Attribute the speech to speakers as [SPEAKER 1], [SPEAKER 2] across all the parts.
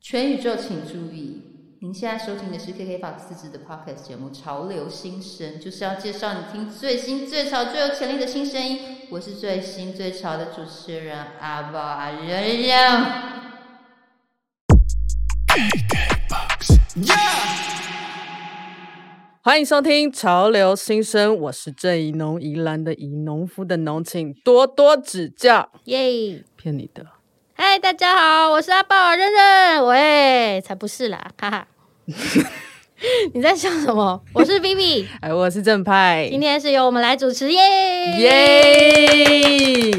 [SPEAKER 1] 全宇宙请注意，您现在收听的是 KK Box 自制的 Podcast 节目《潮流新声》，就是要介绍你听最新、最潮、最有潜力的新声音。我是最新最潮的主持人阿宝阿仁仁。
[SPEAKER 2] 欢迎收听《潮流新生》，我是郑宜农，宜兰的宜，农夫的农，请多多指教。
[SPEAKER 3] 耶！
[SPEAKER 2] 骗你的，
[SPEAKER 3] 嗨，大家好，我是阿豹啊，任任。喂，才不是啦，哈 哈。你在笑什么？我是 Vivi，
[SPEAKER 2] 哎，我是正派，
[SPEAKER 3] 今天是由我们来主持耶。
[SPEAKER 2] 耶！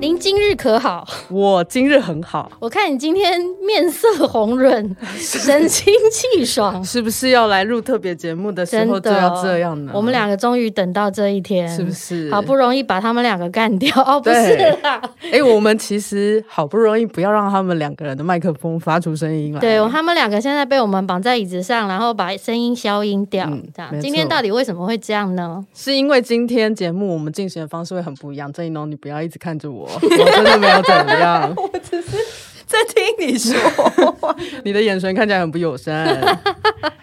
[SPEAKER 3] 您今日可好？
[SPEAKER 2] 我今日很好，
[SPEAKER 3] 我看你今天面色红 润，神清气爽，
[SPEAKER 2] 是不是要来录特别节目的 时
[SPEAKER 3] 真
[SPEAKER 2] 候
[SPEAKER 3] 的
[SPEAKER 2] 就要这样呢？
[SPEAKER 3] 我们两个终于等到这一天，
[SPEAKER 2] 是不？是
[SPEAKER 3] 好不？容易把他们两个干掉哦，不
[SPEAKER 2] 对
[SPEAKER 3] 是啦，
[SPEAKER 2] 哎，我们其实好不容易不要让他们两个人的麦克风发出声音来。
[SPEAKER 3] 对，他们两个现在被我们绑在椅子上，然后把声音消音掉，
[SPEAKER 2] 嗯
[SPEAKER 3] 这样
[SPEAKER 2] 没。
[SPEAKER 3] 今天
[SPEAKER 2] 错
[SPEAKER 3] 到底为什么会这样呢？
[SPEAKER 2] 是因为今天节目我们进行的方式会很不一样。郑一农，你不要一直看着我，我真的没有怎么样，我只是在听你说。你的眼神看起来很不友善，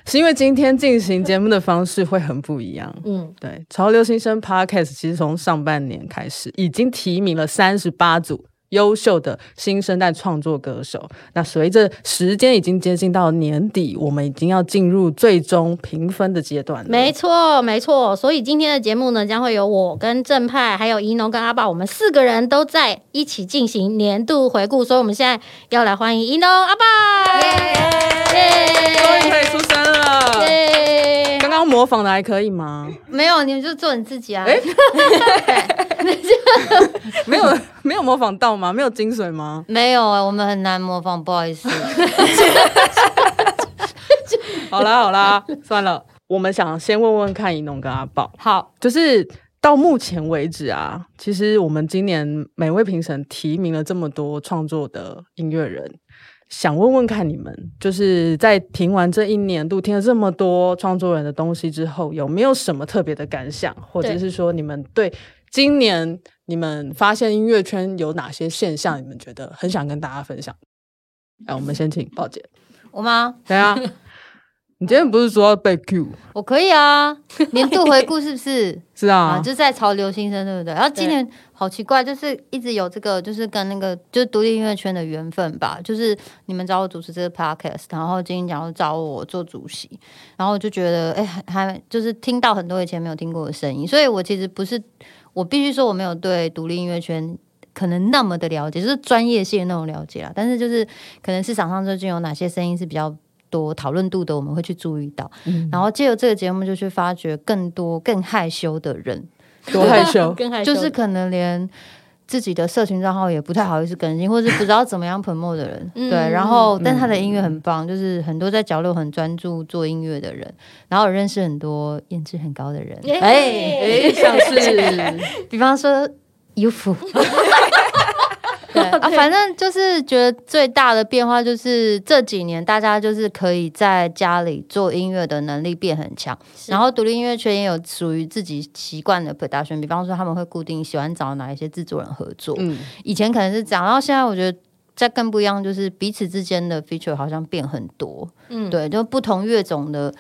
[SPEAKER 2] 是因为今天进行节目的方式会很不一样。
[SPEAKER 3] 嗯，
[SPEAKER 2] 对，潮流新生 Podcast 其实从上半年开始，已经提名了三十八组优秀的新生代创作歌手。那随着时间已经接近到年底，我们已经要进入最终评分的阶段了。
[SPEAKER 3] 没错，没错。所以今天的节目呢，将会由我跟正派，还有怡农跟阿爸，我们四个人都在一起进行年度回顾。所以我们现在要来欢迎怡农、阿爸，
[SPEAKER 2] 终于可
[SPEAKER 3] 耶
[SPEAKER 2] 以出声了。
[SPEAKER 3] 耶！
[SPEAKER 2] 刚刚模仿的还可以吗？
[SPEAKER 3] 没有，你们就做你自己啊。
[SPEAKER 2] 哎没有， 没有模仿到吗？没有精髓吗？
[SPEAKER 4] 没有啊、我们很难模仿，不好意思。
[SPEAKER 2] 好啦，好啦，算了。我们想先问问看，一农跟阿宝，
[SPEAKER 4] 好，
[SPEAKER 2] 就是到目前为止啊，其实我们今年每位评审提名了这么多创作的音乐人，想问问看你们，就是在评完这一年度听了这么多创作人的东西之后，有没有什么特别的感想，或者
[SPEAKER 3] 对，
[SPEAKER 2] 是说你们对今年你们发现音乐圈有哪些现象，你们觉得很想跟大家分享？哎，我们先请鲍姐，
[SPEAKER 4] 我吗？
[SPEAKER 2] 对啊，你今天不是说要被 Q
[SPEAKER 4] 我可以啊。年度回顾是不是？
[SPEAKER 2] 是
[SPEAKER 4] 啊，
[SPEAKER 2] 啊？
[SPEAKER 4] 就在潮流新生，对不对？然后今年好奇怪，就是一直有这个，就是跟那个就是独立音乐圈的缘分吧。就是你们找我主持这个 podcast，然后金鹰奖又找我做主席，然后我就觉得哎，还还就是听到很多以前没有听过的声音，所以我其实不是，我必须说我没有对独立音乐圈。可能那么的了解，就是专业性的那种了解啦。但是就是可能市场上最近有哪些声音是比较多讨论度的，我们会去注意到。然后借由这个节目，就去发掘更多更害羞的人，
[SPEAKER 2] 多害羞
[SPEAKER 3] 跟害 羞
[SPEAKER 4] 就是可能连自己的社群账号也不太好意思更新，或是不知道怎么样 promo 的人。
[SPEAKER 3] 嗯
[SPEAKER 4] 对，然后但他的音乐很棒，就是很多在角落很专注做音乐的人，然后我认识很多颜值很高的人，
[SPEAKER 3] 耶
[SPEAKER 2] 哎，像是。
[SPEAKER 4] 比方说优芙。 对啊，反正就是觉得最大的变化就是这几年大家就是可以在家里做音乐的能力变很强，然后独立音乐圈也有属于自己习惯的 production，比方说他们会固定喜欢找哪一些制作人合作，
[SPEAKER 2] 嗯，
[SPEAKER 4] 以前可能是这样，然后现在我觉得。再更不一样，就是彼此之间的 feature 好像变很多，
[SPEAKER 3] 嗯
[SPEAKER 4] 对，就不同乐种的，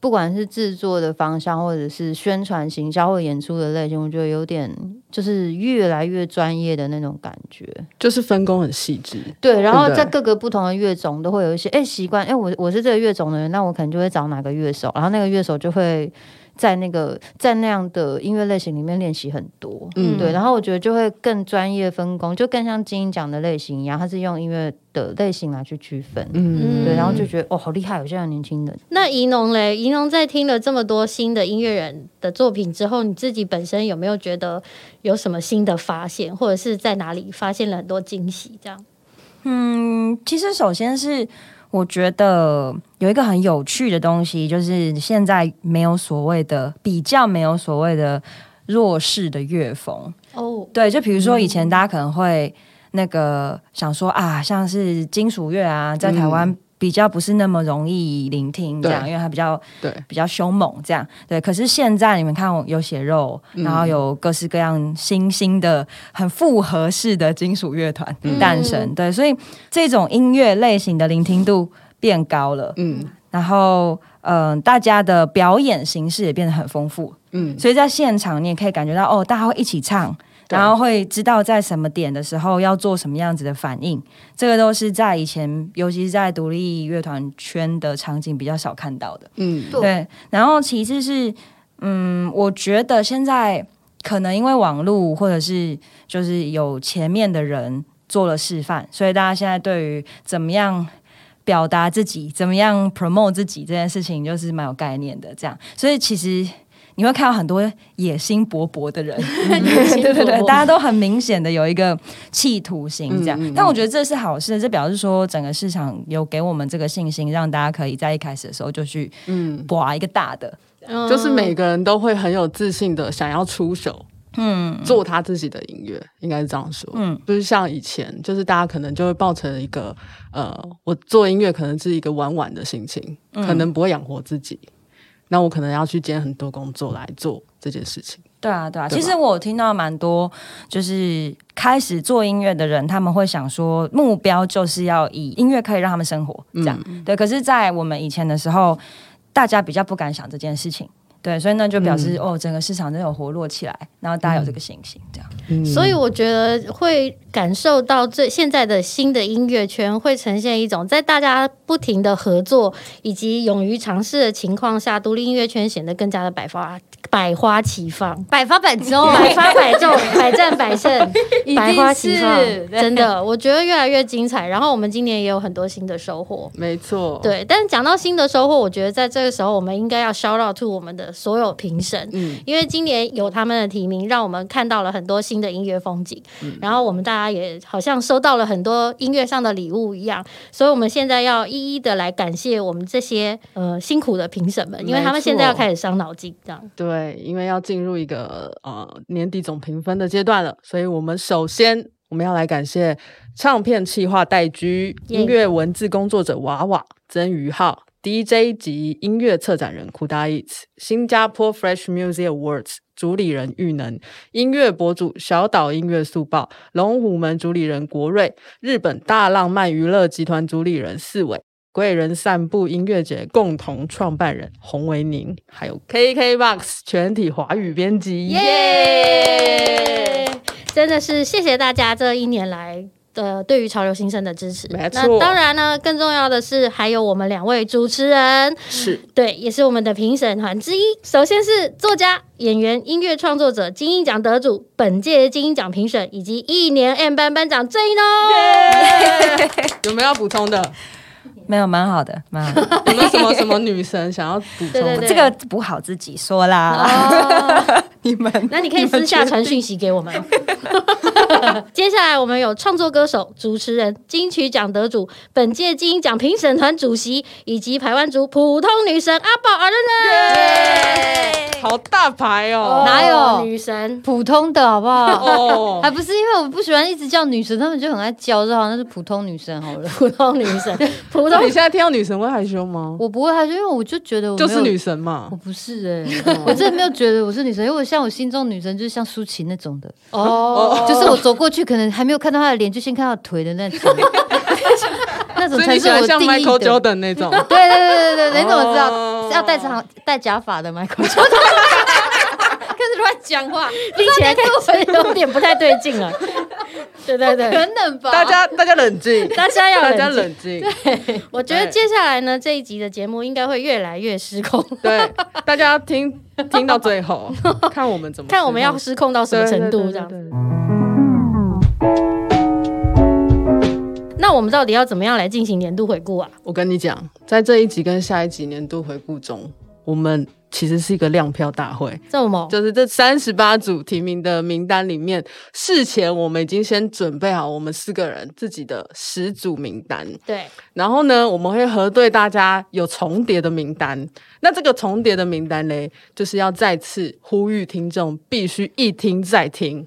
[SPEAKER 4] 不管是制作的方向，或者是宣传、行销或演出的类型，我觉得有点就是越来越专业的那种感觉。
[SPEAKER 2] 就是分工很细致。
[SPEAKER 4] 对，然后
[SPEAKER 2] 对不对
[SPEAKER 4] 在各个不同的乐种都会有一些哎习惯，哎我我是这个乐种的人，那我可能就会找哪个乐手，然后那个乐手就会在那个在那样的音乐类型里面练习很多，
[SPEAKER 2] 嗯
[SPEAKER 4] 嗯，对，然后我觉得就会更专业分工，就更像金鹰奖的类型一样，它是用音乐的类型来去区分，
[SPEAKER 2] 嗯，
[SPEAKER 4] 对，然后就觉得哦好厉害，有这样的年轻人，
[SPEAKER 3] 那怡农嘞，怡农在听了这么多新的音乐人的作品之后，你自己本身有没有觉得有什么新的发现，或者是在哪里发现了很多惊喜？这样，
[SPEAKER 5] 嗯，其实首先是我觉得有一个很有趣的东西，就是现在没有所谓的比较，没有所谓的弱势的乐风。
[SPEAKER 3] 哦，
[SPEAKER 5] 对，就比如
[SPEAKER 2] 嗯
[SPEAKER 5] 说以前大家可能会那个想说啊，像是金属乐啊，在台湾比较不是那么容易聆听，这样，
[SPEAKER 2] 嗯对
[SPEAKER 5] 因为它比较
[SPEAKER 2] 对，
[SPEAKER 5] 比较凶猛这样。对，可是现在你们看有血肉，
[SPEAKER 2] 嗯
[SPEAKER 5] 然后有各式各样新兴的、很复合式的金属乐团
[SPEAKER 2] 嗯
[SPEAKER 5] 诞生，对，所以这种音乐类型的聆听度变高了，
[SPEAKER 2] 嗯
[SPEAKER 5] 然后。嗯、大家的表演形式也变得很丰富，
[SPEAKER 2] 嗯，
[SPEAKER 5] 所以在现场你也可以感觉到哦，大家会一起唱，
[SPEAKER 2] 对
[SPEAKER 5] 然后会知道在什么点的时候要做什么样子的反应，这个都是在以前，尤其是在独立乐团圈的场景比较少看到的。
[SPEAKER 2] 嗯
[SPEAKER 4] 对
[SPEAKER 5] 对，啊然后其次是，嗯，我觉得现在可能因为网络或者是就是有前面的人做了示范，所以大家现在对于怎么样。表达自己怎么样 promote 自己这件事情，就是蛮有概念的。这样，所以其实你会看到很多野心勃勃的 人，对对对，大家都很明显的有一个企图心这样。
[SPEAKER 2] 嗯嗯嗯
[SPEAKER 5] 但我觉得这是好事，这表示说整个市场有给我们这个信心，让大家可以在一开始的时候就去
[SPEAKER 2] 嗯，
[SPEAKER 5] 刮一个大的。
[SPEAKER 2] 就是每个人都会很有自信的想要出手。
[SPEAKER 5] 嗯
[SPEAKER 2] 做他自己的音乐，应该是这样说。
[SPEAKER 5] 嗯
[SPEAKER 2] 就是像以前，就是大家可能就会抱成一个，呃，我做音乐可能是一个玩玩的心情，可能不会养活自己。那我可能要去兼很多工作来做这件事情。
[SPEAKER 5] 对啊，对啊。
[SPEAKER 2] 对吧
[SPEAKER 5] 其实我有听到蛮多，就是开始做音乐的人，他们会想说，目标就是要以音乐可以让他们生活这样。对，可是，在我们以前的时候，大家比较不敢想这件事情。对，所以那就表示、哦，整个市场真的有活络起来，然后大家有这个信心，这样。
[SPEAKER 2] 嗯
[SPEAKER 3] 所以我觉得会感受到这现在的新的音乐圈会呈现一种在大家不停的合作以及勇于尝试的情况下，独立音乐圈显得更加的百花 百花齐放。
[SPEAKER 4] 百发百中，
[SPEAKER 3] 百发百中，百战 百胜，
[SPEAKER 4] 一定
[SPEAKER 3] 百花齐放
[SPEAKER 4] 是，对
[SPEAKER 3] 真的，我觉得越来越精彩。然后我们今年也有很多新的收获，
[SPEAKER 2] 没错，，
[SPEAKER 3] 对。但是讲到新的收获，我觉得在这个时候，我们应该要 shout out to 我们的所有评审，
[SPEAKER 2] 嗯
[SPEAKER 3] 因为今年有他们的提名，让我们看到了很多新的音乐风景，
[SPEAKER 2] 嗯
[SPEAKER 3] 然后我们大家也好像收到了很多音乐上的礼物一样，所以我们现在要一一的来感谢我们这些呃辛苦的评审们，因为他们现在要开始伤脑筋，这样
[SPEAKER 2] 对，因为要进入一个呃年底总评分的阶段了，所以我们首先我们要来感谢唱片企划戴居、
[SPEAKER 3] 耶
[SPEAKER 2] 音乐文字工作者娃娃、曾于浩、DJ 及音乐策展人库达伊茨、新加坡 Fresh Music Awards 主理人玉能、音乐博主小岛音乐速报、龙虎门主理人国瑞、日本大浪漫娱乐集团主理人四伟。贵人散步音乐节共同创办人洪维宁，还有 KKBOX 全体华语编辑，
[SPEAKER 3] 耶！真的是谢谢大家这一年来。的对于潮流新生的支持，
[SPEAKER 2] 没错
[SPEAKER 3] 那当然呢，更重要的是还有我们两位主持人，
[SPEAKER 2] 是
[SPEAKER 3] 对，也是我们的评审团之一。首先是作家、演员、音乐创作者、金鹰奖得主、本届金鹰奖评审以及一年 M 班班长郑一农。
[SPEAKER 2] 有没有要补充的？
[SPEAKER 5] 没有，蛮好的，蛮好 的。
[SPEAKER 2] 有没有什么什么女神想要补充的？
[SPEAKER 3] 对对对
[SPEAKER 5] 这个不好自己说啦，
[SPEAKER 3] 哦，
[SPEAKER 5] 你们。
[SPEAKER 3] 那你可以私下传讯息给我们。 接下来我们有创作歌手、主持人、金曲奖得主、本届金鹰奖评审团主席以及台湾族普通女神阿宝尔呢？
[SPEAKER 2] 好大牌哦！
[SPEAKER 4] 哪有
[SPEAKER 3] 女神？
[SPEAKER 4] 普通的好不 好？
[SPEAKER 2] 哦
[SPEAKER 4] 还，不是因为我不喜欢一直叫女神，他们就很爱叫，就好像是普通女生 好了。
[SPEAKER 3] 普通女神，普
[SPEAKER 2] 那
[SPEAKER 3] 通
[SPEAKER 2] 你现在听到女神会害羞吗？
[SPEAKER 4] 我不会害羞，因为我就觉得我
[SPEAKER 2] 就是
[SPEAKER 4] 没有
[SPEAKER 2] 女，神嘛
[SPEAKER 4] 我。不是 哎、
[SPEAKER 2] 哦
[SPEAKER 4] 我真的没有觉得我是女神，因为我像我心中女神就是像舒淇那种的，
[SPEAKER 3] 哦，
[SPEAKER 4] 就是我走过去可能还没有看到她的脸，就先看到腿的那种， 那种
[SPEAKER 2] 所以
[SPEAKER 4] 才
[SPEAKER 2] 你
[SPEAKER 4] 是
[SPEAKER 2] 喜
[SPEAKER 4] 我
[SPEAKER 2] 欢像
[SPEAKER 4] 定义
[SPEAKER 2] Michael
[SPEAKER 4] 的。
[SPEAKER 2] Jordan 那种，
[SPEAKER 4] 对啊对对对对，你怎么知道、
[SPEAKER 2] 哦
[SPEAKER 4] 要戴长戴假发的 Michael Jordan？开始乱讲话，
[SPEAKER 3] 听起来感觉有点不太对劲了。对对对，
[SPEAKER 4] 可能吧？
[SPEAKER 2] 大家大家冷静，
[SPEAKER 3] 大家要
[SPEAKER 2] 大
[SPEAKER 3] 冷
[SPEAKER 2] 家
[SPEAKER 3] 静。
[SPEAKER 2] 冷静，
[SPEAKER 3] 我觉得接下来呢，这一集的节目应该会越来越失控，
[SPEAKER 2] 对，大家要听听到最后，看我们怎么
[SPEAKER 3] 看我们要
[SPEAKER 2] 说
[SPEAKER 3] 失控到什么程度这样。那我们到底要怎么样来进行年度回顾啊？
[SPEAKER 2] 我跟你讲，在这一集跟下一集年度回顾中，我们其实是一个亮票大会，
[SPEAKER 3] 这么
[SPEAKER 2] 就是这三十八组提名的名单里面，事前我们已经先准备好我们四个人自己的十组名单，
[SPEAKER 3] 对，
[SPEAKER 2] 然后呢，我们会核对大家有重叠的名单。那这个重叠的名单嘞，就是要再次呼吁听众必须一听再听。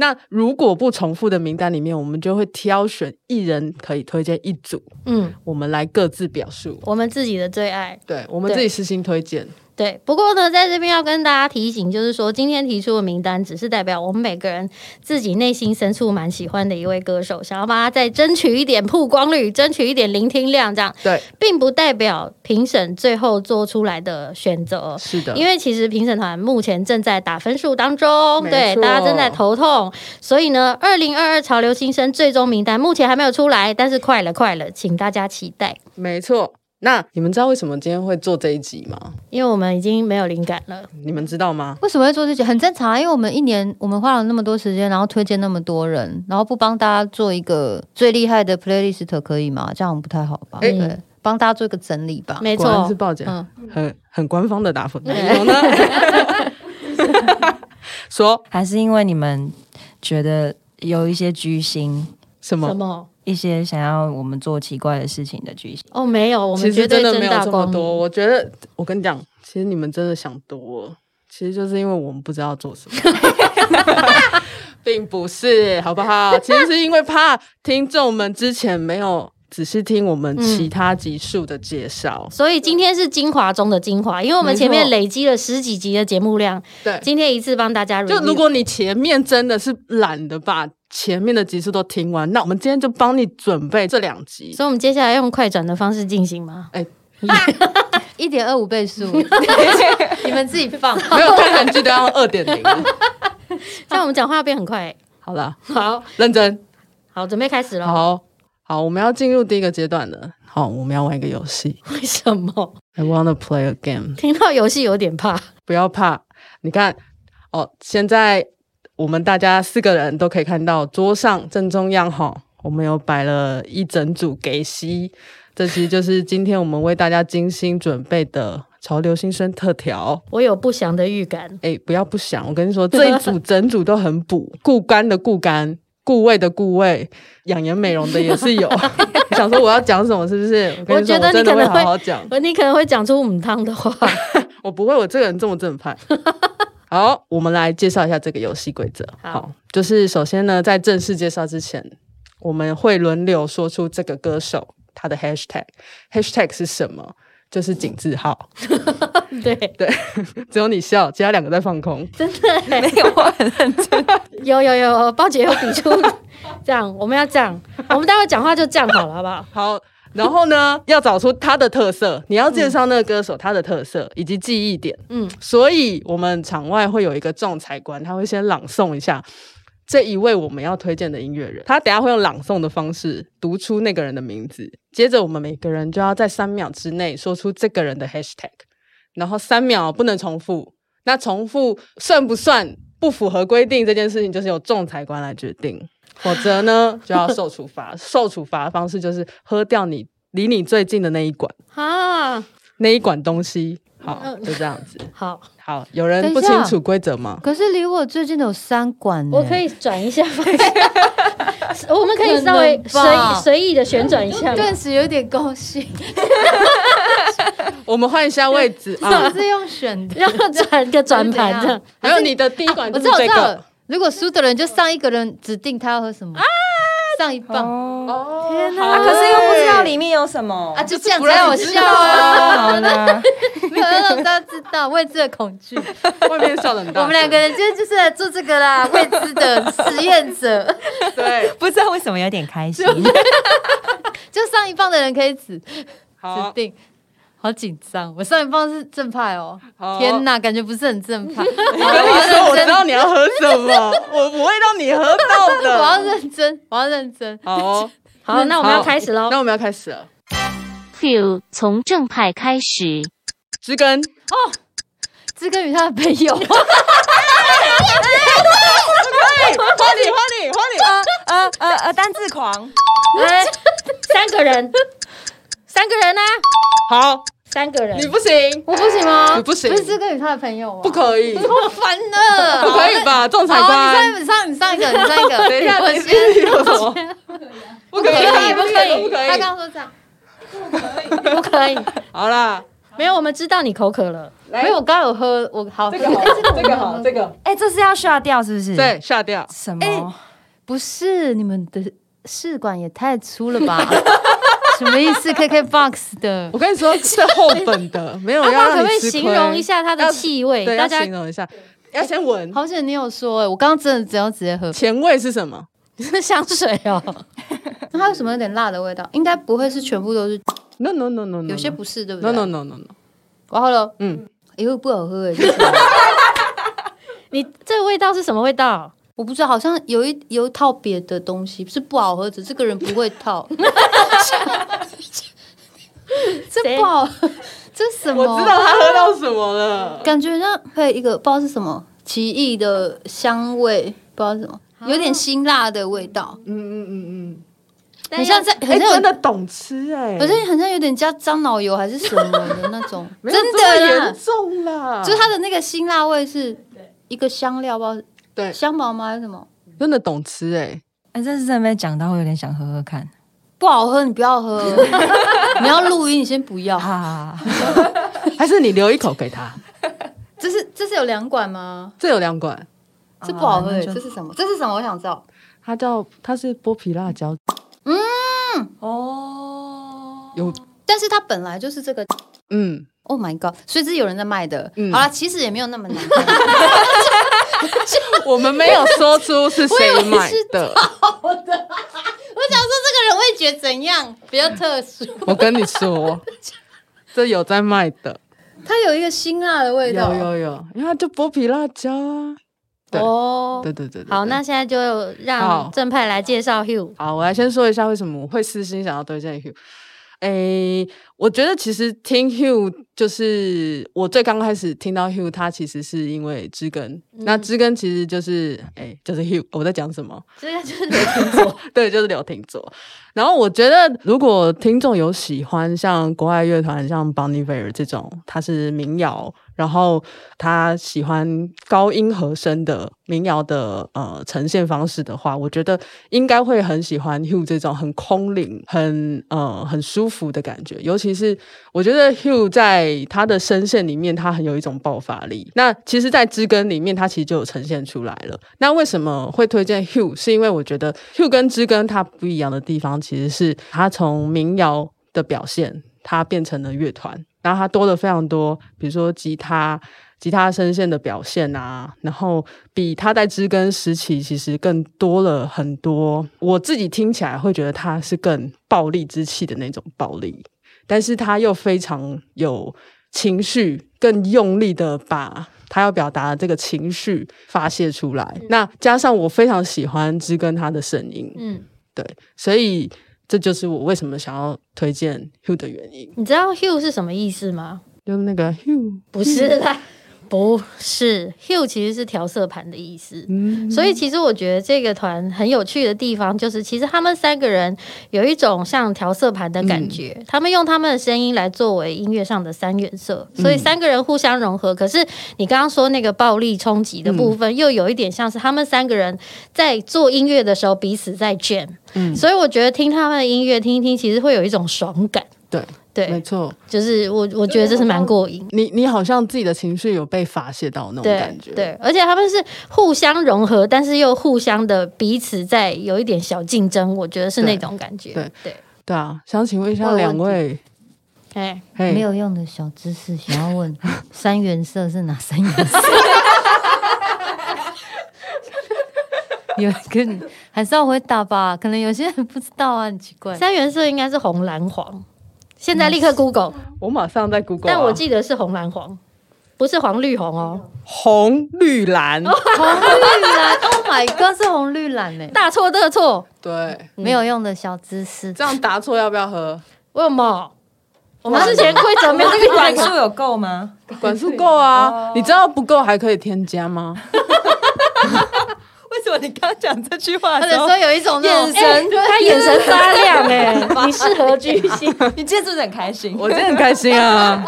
[SPEAKER 2] 那如果不重复的名单里面，我们就会挑选一人可以推荐一组，
[SPEAKER 3] 嗯，
[SPEAKER 2] 我们来各自表述。
[SPEAKER 3] 我们自己的最爱。
[SPEAKER 2] 对我们
[SPEAKER 3] 对
[SPEAKER 2] 自己私心推荐，
[SPEAKER 3] 对，不过呢，在这边要跟大家提醒，就是说，今天提出的名单只是代表我们每个人自己内心深处蛮喜欢的一位歌手，想要帮他再争取一点曝光率，争取一点聆听量，这样
[SPEAKER 2] 对，
[SPEAKER 3] 并不代表评审最后做出来的选择。
[SPEAKER 2] 是的，
[SPEAKER 3] 哦因
[SPEAKER 2] 为
[SPEAKER 3] 为其实评审团目前正在打分数当中，
[SPEAKER 2] 没
[SPEAKER 3] 对
[SPEAKER 2] 错
[SPEAKER 3] 大家正在头痛，所以呢，二零二二潮流新生最终名单目前还没有出来，但是快了，快了，请大家期待，
[SPEAKER 2] 没错。那你们知道为什么今天会做这一集吗？
[SPEAKER 3] 因为我们已经没有灵感了。
[SPEAKER 2] 你们知道吗？
[SPEAKER 4] 为什么会做这些？很正常啊，因为我们一年我们花了那么多时间，然后推荐那么多人，然后不帮大家做一个最厉害的 playlist 可以吗？这样不太好吧？
[SPEAKER 2] 哎
[SPEAKER 4] 对，帮大家做一个整理吧。
[SPEAKER 3] 没
[SPEAKER 2] 果然
[SPEAKER 3] 错
[SPEAKER 2] 是，报警，
[SPEAKER 4] 嗯
[SPEAKER 2] 很很官方的答复。哪一种呢？ 说
[SPEAKER 5] 还是因为你们觉得有一些居心，
[SPEAKER 2] 什么
[SPEAKER 3] 什？么？
[SPEAKER 5] 一些想要我们做奇怪的事情的居心。
[SPEAKER 3] 哦，没有，我
[SPEAKER 2] 其
[SPEAKER 3] 们
[SPEAKER 2] 实
[SPEAKER 3] 绝
[SPEAKER 2] 真
[SPEAKER 3] 对
[SPEAKER 2] 的没
[SPEAKER 3] 正
[SPEAKER 2] 有
[SPEAKER 3] 大
[SPEAKER 2] 这么
[SPEAKER 3] 光
[SPEAKER 2] 多。
[SPEAKER 3] 明。
[SPEAKER 2] 我觉得，我跟你讲，其实你们真的想多了，其实就是因为我们不知道做什么， 并不是，好不好？其实是因为怕听众们之前没有仔细听我们其
[SPEAKER 3] 嗯
[SPEAKER 2] 他集数的介绍，
[SPEAKER 3] 所以今天是精华中的精华，因为我们前
[SPEAKER 2] 没
[SPEAKER 3] 面
[SPEAKER 2] 错
[SPEAKER 3] 累积了十几集的节目量，
[SPEAKER 2] 对。
[SPEAKER 3] 今天一次帮大家 review。
[SPEAKER 2] 就如果你前面真的是懒得把前面的集数都听完，那我们今天就帮你准备这两集。
[SPEAKER 3] 所以我们接下来用快转的方式进行吗？
[SPEAKER 4] 一点二五倍速， 你们自己放。
[SPEAKER 2] 没有看韩剧都要二点零。啊
[SPEAKER 3] 这样我们讲话要变很快、
[SPEAKER 2] 好了，
[SPEAKER 3] 好
[SPEAKER 2] 认真。
[SPEAKER 3] 好，准备开始了。
[SPEAKER 2] 好好，我们要进入第一个阶段了。好，我们要玩一个游戏。
[SPEAKER 3] 为什么
[SPEAKER 2] I wanna play a game。
[SPEAKER 3] 听到游戏有点怕？
[SPEAKER 2] 不要怕，你看哦，现在我们大家四个人都可以看到桌上正中央哈，我们有摆了一整组给息，这其实就是今天我们为大家精心准备的潮流新生特调。
[SPEAKER 3] 我有不祥的预感。
[SPEAKER 2] 哎，不要不想，我跟你说，这一组整组都很补，固肝的固肝，固胃的固胃，养颜美容的也是 有。想说我要讲什么，是不是？我跟
[SPEAKER 3] 我
[SPEAKER 2] 你说，
[SPEAKER 3] 觉得
[SPEAKER 2] 我
[SPEAKER 3] 你
[SPEAKER 2] 真的
[SPEAKER 3] 可
[SPEAKER 2] 会
[SPEAKER 3] 能
[SPEAKER 2] 好好讲。
[SPEAKER 3] 你可能会讲出母汤的 话。
[SPEAKER 2] 我不会，我这个人这么正 派。好，我们来介绍一下这个游戏规则。
[SPEAKER 3] 好
[SPEAKER 2] 就是首先呢，在正式介绍之前，我们会轮流说出这个歌手他的 hashtag。hashtag 是什么？就是井字号。
[SPEAKER 3] 对，
[SPEAKER 2] 只有你笑，其他两个在放空。
[SPEAKER 5] 没有，我很认真。
[SPEAKER 3] 有有有，包姐有比 出这样，我们要这样，我们待会讲话就这样好了，好不好？
[SPEAKER 2] 好，然后呢，要找出他的特色，你要介绍那个歌手他的特色以及记忆点。
[SPEAKER 3] 嗯，
[SPEAKER 2] 所以我们场外会有一个仲裁官，他会先朗诵一下这一位我们要推荐的音乐人，他等下会用朗诵的方式读出那个人的名字，接着我们每个人就要在三秒之内说出这个人的 hashtag，然后三秒不能重复，那重复算不算不符合规定这件事情，就是由仲裁官来决定，否则呢 就要受处罚，受处罚的方式就是喝掉你离你最近的那一管
[SPEAKER 3] 啊，
[SPEAKER 2] 那一管东西。好，
[SPEAKER 3] 嗯
[SPEAKER 2] 就这样子。
[SPEAKER 3] 好，
[SPEAKER 2] 好，有人不
[SPEAKER 4] 等一下
[SPEAKER 2] 清楚规则吗？
[SPEAKER 4] 可是离我最近的有三管呢，欸
[SPEAKER 3] 我可以转一下方向， 我们可以稍微
[SPEAKER 4] 不可
[SPEAKER 3] 随
[SPEAKER 4] 能吧
[SPEAKER 3] 随意的旋转一下吗。
[SPEAKER 4] 顿时有点高兴，
[SPEAKER 2] 我们换一下位置啊
[SPEAKER 4] 我！是用选的。
[SPEAKER 3] 让它转个转盘
[SPEAKER 4] 是怎
[SPEAKER 3] 这样
[SPEAKER 4] 样，
[SPEAKER 2] 还有你的第一管
[SPEAKER 4] 啊我
[SPEAKER 2] 啊
[SPEAKER 4] 知
[SPEAKER 2] 就是
[SPEAKER 4] 道，我
[SPEAKER 2] 这
[SPEAKER 4] 知道
[SPEAKER 2] 个
[SPEAKER 4] 了。如果输的人就上一个人指定他要喝什么，上一棒
[SPEAKER 5] 哦，
[SPEAKER 2] 哦，
[SPEAKER 5] 啊可是又不知道里面有什么
[SPEAKER 4] 啊，。就这样才好笑啊！
[SPEAKER 5] 好啦，
[SPEAKER 4] 没有要 让大家知道未知的恐惧。
[SPEAKER 2] 外面笑得很大
[SPEAKER 4] 我
[SPEAKER 2] 声。
[SPEAKER 4] 们两个人今天就是来做这个啦，未知的实验者。
[SPEAKER 2] 对，
[SPEAKER 5] 不知道为什么有点开心。
[SPEAKER 4] 就上一棒的人可以指指
[SPEAKER 2] 好，
[SPEAKER 4] 定。好紧张，我上一棒是正派哦，
[SPEAKER 2] 好
[SPEAKER 4] 天哪，感觉不是很正派。
[SPEAKER 2] 我跟你说，我知道你要喝什么， 我不会让你喝到
[SPEAKER 4] 我要
[SPEAKER 2] 的。
[SPEAKER 4] 认真，我要认真。
[SPEAKER 2] 好哦，
[SPEAKER 3] 嗯好，那我们要
[SPEAKER 2] 好
[SPEAKER 3] 开始喽
[SPEAKER 2] 那。我们要开始了。
[SPEAKER 6] Q 从正派开始，
[SPEAKER 2] 知根，
[SPEAKER 4] 知根与他的朋友，
[SPEAKER 2] 花你，花你，花你。
[SPEAKER 5] 呃呃呃，单字狂，
[SPEAKER 3] 哎， 三个人，三个人啊，
[SPEAKER 2] 好，
[SPEAKER 3] 三个人
[SPEAKER 2] 你。不行，
[SPEAKER 4] 我不行吗？
[SPEAKER 2] 你不行
[SPEAKER 4] 不是知根与他的朋友吗？
[SPEAKER 2] 不可以，不
[SPEAKER 4] 好烦呢，
[SPEAKER 2] 可以吧？仲裁
[SPEAKER 4] 好，你
[SPEAKER 2] 官，
[SPEAKER 4] 上一上，你上一个，你上一个。
[SPEAKER 2] 等一下，
[SPEAKER 4] 我
[SPEAKER 2] 你
[SPEAKER 4] 先
[SPEAKER 2] 是有什么？ 不可以，
[SPEAKER 4] 不可以，
[SPEAKER 2] 不可
[SPEAKER 4] 他
[SPEAKER 2] 以。
[SPEAKER 4] 刚刚说这样，
[SPEAKER 3] 不可以，
[SPEAKER 2] 好啦，
[SPEAKER 3] 没有，我们知道你口渴了。
[SPEAKER 2] 来
[SPEAKER 4] 没有，我刚刚有喝，我好，
[SPEAKER 2] 这个好，这个好，这个
[SPEAKER 5] 哎，这是要刷掉是不是？
[SPEAKER 2] 对，，下掉。
[SPEAKER 5] 什么？
[SPEAKER 4] 不是你们的试管也太粗了吧？ 什么意思？KK Box 的
[SPEAKER 2] 我跟你说，是厚本的，没有
[SPEAKER 3] 阿
[SPEAKER 2] 要
[SPEAKER 3] 爸可
[SPEAKER 2] 让啊你
[SPEAKER 3] 不可
[SPEAKER 2] 吃
[SPEAKER 3] 以
[SPEAKER 2] 亏。
[SPEAKER 3] 形容一下它的气味？
[SPEAKER 2] 对，
[SPEAKER 3] 大
[SPEAKER 2] 要
[SPEAKER 3] 家
[SPEAKER 2] 形容一下，要先闻。
[SPEAKER 4] 好险你有说哎、我刚刚真的只要直接喝。
[SPEAKER 2] 前味是什么？
[SPEAKER 3] 香水 哦，
[SPEAKER 4] 那它有什么有点辣的味道？应该不会是全部都是，
[SPEAKER 2] No no no no no，
[SPEAKER 4] 有些不是，对啊不
[SPEAKER 2] No
[SPEAKER 4] 对
[SPEAKER 2] no no no no，
[SPEAKER 4] 然后呢，
[SPEAKER 2] 嗯，
[SPEAKER 4] 因为不好喝哎、
[SPEAKER 3] 你这个味道是什么味道？
[SPEAKER 4] 我不知道，好像有一有一套别的东西是不好喝，只是这个人不会套。 这不好喝，这什么？
[SPEAKER 2] 哎我知道他喝到什么了。
[SPEAKER 4] 感觉像配一个不知道是什么奇异的香味，不知道是什么，有点辛辣的味道，
[SPEAKER 2] 啊嗯嗯嗯嗯，
[SPEAKER 4] 很像在，
[SPEAKER 2] 哎，
[SPEAKER 4] 很像
[SPEAKER 2] 真
[SPEAKER 4] 有，
[SPEAKER 2] 的懂吃哎，
[SPEAKER 4] 好像很像有点加樟脑油还是什么的那种，
[SPEAKER 2] 没有
[SPEAKER 4] 真
[SPEAKER 2] 这么
[SPEAKER 4] 的啦
[SPEAKER 2] 严，重啦，
[SPEAKER 4] 就是它的那个辛辣味是一个香料，不知道是
[SPEAKER 2] 对
[SPEAKER 4] 香茅吗还是什么？
[SPEAKER 2] 真的懂吃哎，
[SPEAKER 5] 哎，这次真的被讲到，我有点想喝喝看。
[SPEAKER 4] 不好喝，你不要 喝。你要录音，你先不要。
[SPEAKER 5] 啊，
[SPEAKER 2] 还是你留一口给他？
[SPEAKER 4] 这是这是有两管吗？
[SPEAKER 2] 这有两管，
[SPEAKER 4] 这不好喝、
[SPEAKER 5] 那
[SPEAKER 4] 欸，
[SPEAKER 5] 就
[SPEAKER 4] 这是什么？这是什么？我想知道。
[SPEAKER 2] 它叫它是剥皮辣椒，
[SPEAKER 5] 哦，
[SPEAKER 2] 有
[SPEAKER 4] 但是它本来就是这个
[SPEAKER 2] 嗯，
[SPEAKER 4] ，Oh my god！所以这是有人在卖的。
[SPEAKER 2] 嗯
[SPEAKER 4] 好啦，其实也没有那么难 喝，
[SPEAKER 2] 我们没有说出是谁买的。
[SPEAKER 4] 这个人味觉怎样？比较特殊。
[SPEAKER 2] 我跟你说，这有在卖的，
[SPEAKER 4] 它有一个辛辣的味道。
[SPEAKER 2] 有有有，因为它就剥皮辣椒啊。对
[SPEAKER 4] 哦，
[SPEAKER 2] 对对对对
[SPEAKER 3] 好，
[SPEAKER 2] 对
[SPEAKER 3] 那现在就
[SPEAKER 2] 好
[SPEAKER 3] 让正派来介绍 Hugh。
[SPEAKER 2] 好，我来先说一下为什么我会私心想要推荐 Hugh。诶、我觉得其实听 Hugh 就是我最刚开始听到 Hugh，他其实是因为知根。那知根其实就是诶、就是 Hugh。我在讲什么？
[SPEAKER 3] 这个就是刘庭佐，
[SPEAKER 2] 对，就是柳廷佐。然后我觉得，如果听众有喜欢像国外乐团，像 Bonnie b e r 这种，他是民谣，然后他喜欢高音和声的民谣的呃呈现方式的话，我觉得应该会很喜欢 Hugh 这种很空灵、很呃很舒服的感觉。尤其是我觉得 Hugh 在他的声线里面，他很有一种爆发力。那其实，在知根里面，他其实就有呈现出来了。那为什么会推荐 Hugh？是因为我觉得 Hugh 跟知根它不一样的地方，其实是他从民谣的表现，它变成了乐团，然后它多了非常多，比如说吉他。吉他声线的表现啊，然后比他在知根时期其实更多了很多。我自己听起来会觉得他是更暴力之气的那种暴力，但是他又非常有情绪，更用力的把他要表达的这个情绪发泄出来。那加上我非常喜欢知根他的声音，
[SPEAKER 3] 嗯，
[SPEAKER 2] 对，所以这就是我为什么想要推荐 Hugh 的原因，
[SPEAKER 3] 你知道 Hugh 是什么意思吗？
[SPEAKER 2] 就是那个 Hugh，
[SPEAKER 3] 不是啦，嗯不是 Hugh 其实是调色盘的意思。
[SPEAKER 2] 嗯，
[SPEAKER 3] 所以其实我觉得这个团很有趣的地方，就是其实他们三个人有一种像调色盘的感觉，他们用他们的声音来作为音乐上的三原色，所以三个人互相融合。可是你刚刚说那个暴力冲击的部分，又有一点像是他们三个人在做音乐的时候彼此在 jam，、
[SPEAKER 2] 嗯
[SPEAKER 3] 所以我觉得听他们的音乐听一听，其实会有一种爽感。
[SPEAKER 2] 对，没
[SPEAKER 3] 对，
[SPEAKER 2] 错，
[SPEAKER 3] 就是我我觉得这是蛮过瘾。
[SPEAKER 2] 你你好像自己的情绪有被发泄到那种
[SPEAKER 3] 对
[SPEAKER 2] 感觉，
[SPEAKER 3] 对，而且他们是互相融合，但是又互相的彼此在有一点小竞争，我觉得是那种感觉。
[SPEAKER 2] 对
[SPEAKER 3] 对，
[SPEAKER 2] 对啊，想请问一
[SPEAKER 4] 我
[SPEAKER 2] 下
[SPEAKER 4] 有
[SPEAKER 2] 两
[SPEAKER 4] 问
[SPEAKER 2] 位，
[SPEAKER 3] 哎，
[SPEAKER 2] 嘿
[SPEAKER 4] 没有用的小知识，想要问三原色是哪三原色？ 有跟还是要回答吧，可能有些人不知道啊，很奇怪。
[SPEAKER 3] 三原色应该是红蓝黄，现在立刻 Google，
[SPEAKER 2] 我马上在 Google，、啊、
[SPEAKER 3] 但我记得是红蓝黄，不是黄绿红哦，
[SPEAKER 2] 红绿蓝，
[SPEAKER 4] 红绿蓝，Oh my god，是红绿蓝欸呢、
[SPEAKER 3] 大错特错，
[SPEAKER 2] 对，
[SPEAKER 4] 没有用的小知识。
[SPEAKER 2] 这样答错要不要喝？
[SPEAKER 3] 为什么？我们之前规则没有
[SPEAKER 5] 这
[SPEAKER 3] 这
[SPEAKER 5] 个
[SPEAKER 3] 个
[SPEAKER 5] 管
[SPEAKER 3] 管
[SPEAKER 5] 数有够吗？
[SPEAKER 2] 管数够
[SPEAKER 3] 哦
[SPEAKER 2] 啊，你知道不够还可以添加 吗？
[SPEAKER 5] 为什么你刚讲这句话
[SPEAKER 4] 他
[SPEAKER 5] 的
[SPEAKER 4] 的
[SPEAKER 5] 时
[SPEAKER 4] 时
[SPEAKER 5] 候
[SPEAKER 4] 候，有一种那种哎
[SPEAKER 5] 眼神
[SPEAKER 3] 他眼神发亮哎，你适合巨星，
[SPEAKER 5] 你今天是不是很开心？
[SPEAKER 2] 我今天很开心啊，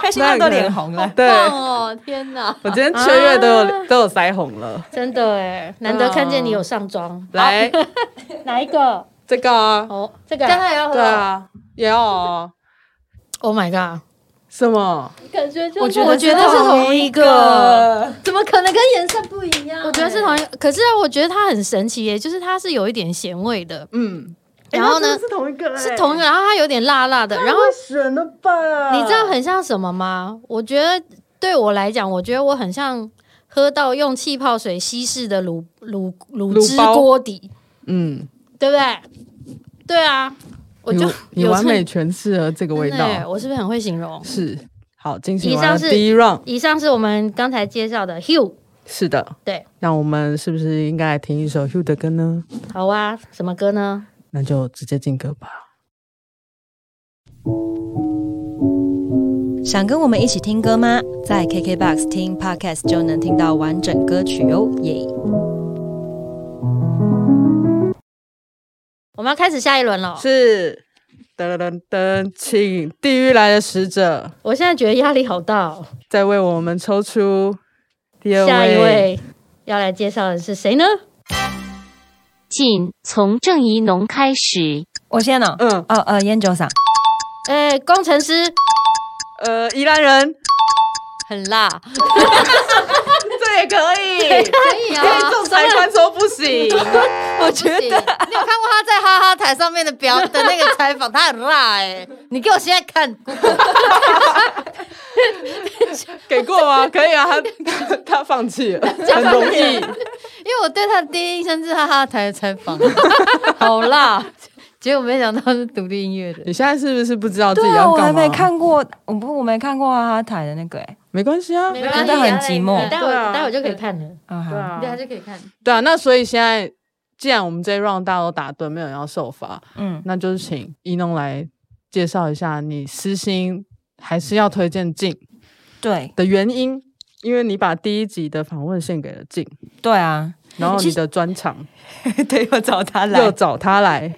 [SPEAKER 5] 开心到都脸红了。
[SPEAKER 2] 对
[SPEAKER 4] 棒哦，天哪！
[SPEAKER 2] 我今天缺月都
[SPEAKER 3] 啊
[SPEAKER 2] 有都有腮红了。
[SPEAKER 3] 真的哎，难得看见你有上妆，
[SPEAKER 2] 来，
[SPEAKER 3] 哪一个？
[SPEAKER 2] 这个啊，
[SPEAKER 3] 哦，这个
[SPEAKER 4] 但
[SPEAKER 3] 啊
[SPEAKER 4] 他也要喝
[SPEAKER 2] 对
[SPEAKER 4] 哦，
[SPEAKER 2] 啊，也要啊，
[SPEAKER 3] ，Oh my god，
[SPEAKER 2] 什么？
[SPEAKER 3] 感觉就是
[SPEAKER 5] 我觉得
[SPEAKER 3] 我觉得
[SPEAKER 5] 是
[SPEAKER 3] 是
[SPEAKER 5] 同
[SPEAKER 3] 同
[SPEAKER 5] 一
[SPEAKER 3] 一
[SPEAKER 5] 个
[SPEAKER 3] 个，
[SPEAKER 1] 怎么可能跟颜色不一样？
[SPEAKER 3] 我觉得是同
[SPEAKER 2] 嗯
[SPEAKER 3] 一，可是啊，我觉得它很神奇耶，就是它是有一点咸味的，
[SPEAKER 2] 嗯，
[SPEAKER 3] 然后
[SPEAKER 2] 诶那
[SPEAKER 3] 呢
[SPEAKER 2] 真的是同一个、哎
[SPEAKER 3] 是同一个，，然后它有点辣辣的，然后
[SPEAKER 2] 太神了吧？
[SPEAKER 3] 你知道很像什么吗？我觉得对我来讲，我觉得我很像喝到用气泡水稀释的卤卤卤
[SPEAKER 2] 卤
[SPEAKER 3] 汁
[SPEAKER 2] 包
[SPEAKER 3] 锅底，
[SPEAKER 2] 嗯，
[SPEAKER 3] 对不对？对啊，我就
[SPEAKER 2] 你你
[SPEAKER 3] 有
[SPEAKER 2] 完
[SPEAKER 3] 这
[SPEAKER 2] 美诠释了这个味
[SPEAKER 3] 真的耶
[SPEAKER 2] 道，
[SPEAKER 3] 我是不是很会形容？
[SPEAKER 2] 是好进行
[SPEAKER 3] 以
[SPEAKER 2] 完
[SPEAKER 3] 上
[SPEAKER 2] 了
[SPEAKER 3] 是
[SPEAKER 2] 第一 round，
[SPEAKER 3] 以上是我们刚才介绍的 Hugh，
[SPEAKER 2] 是的，
[SPEAKER 3] 对，
[SPEAKER 2] 那我们是不是应该来听一首 Hugh 的歌呢？
[SPEAKER 3] 好啊，什么歌呢？
[SPEAKER 2] 那就直接进歌吧。
[SPEAKER 7] 想跟我们一起听歌吗？在 KKBOX 听 Podcast 就能听到完整歌曲哦，耶、
[SPEAKER 3] 我们要开始下一轮了。
[SPEAKER 2] 是，噔噔噔，请地狱来的使者
[SPEAKER 3] 我现在觉得压力好大、哦。
[SPEAKER 2] 再为我们抽出第二
[SPEAKER 3] 下一位要来介绍的是谁呢？
[SPEAKER 6] 进从郑怡农开始，
[SPEAKER 5] 我先哦，
[SPEAKER 2] 嗯
[SPEAKER 5] 哦呃，烟酒嗓，
[SPEAKER 3] 哎，工程师，
[SPEAKER 2] 呃，宜兰人，
[SPEAKER 4] 很辣，
[SPEAKER 2] 这也可以，
[SPEAKER 4] 可以啊
[SPEAKER 2] 这种才传说不行。
[SPEAKER 4] 我觉得你有看过他在哈哈台上面的表的那个采访，他很辣哎、你给我现在看，
[SPEAKER 2] 给过吗？可以啊，他他 他放弃了，很容易。
[SPEAKER 4] 因为我对他的第一印象是哈哈台的采 访，好辣。结果没想到是独立音乐的，
[SPEAKER 2] 你现在是不是不知道自
[SPEAKER 5] 对
[SPEAKER 2] 己
[SPEAKER 5] 啊，
[SPEAKER 2] 要
[SPEAKER 5] 我
[SPEAKER 2] 干嘛？
[SPEAKER 5] 还没，看过，我不我没看过哈哈台的那个哎，
[SPEAKER 2] 没关系啊。
[SPEAKER 5] 觉得很寂寞
[SPEAKER 3] 你待会
[SPEAKER 2] 对啊
[SPEAKER 3] 待会就可以看了。
[SPEAKER 5] 啊
[SPEAKER 2] 对
[SPEAKER 5] 哈，
[SPEAKER 2] 啊，
[SPEAKER 4] 就可以看。
[SPEAKER 2] 对啊。那所以现在，既然我们这一 round 大家都答对，没有人要受罚，
[SPEAKER 5] 嗯，
[SPEAKER 2] 那就是请一农来介绍一下你私心还是要推荐静
[SPEAKER 5] 对
[SPEAKER 2] 的原因，因为你把第一集的访问献给了静，
[SPEAKER 5] 对啊，
[SPEAKER 2] 然后你的专 场
[SPEAKER 5] 对，我找他
[SPEAKER 2] 又找他来，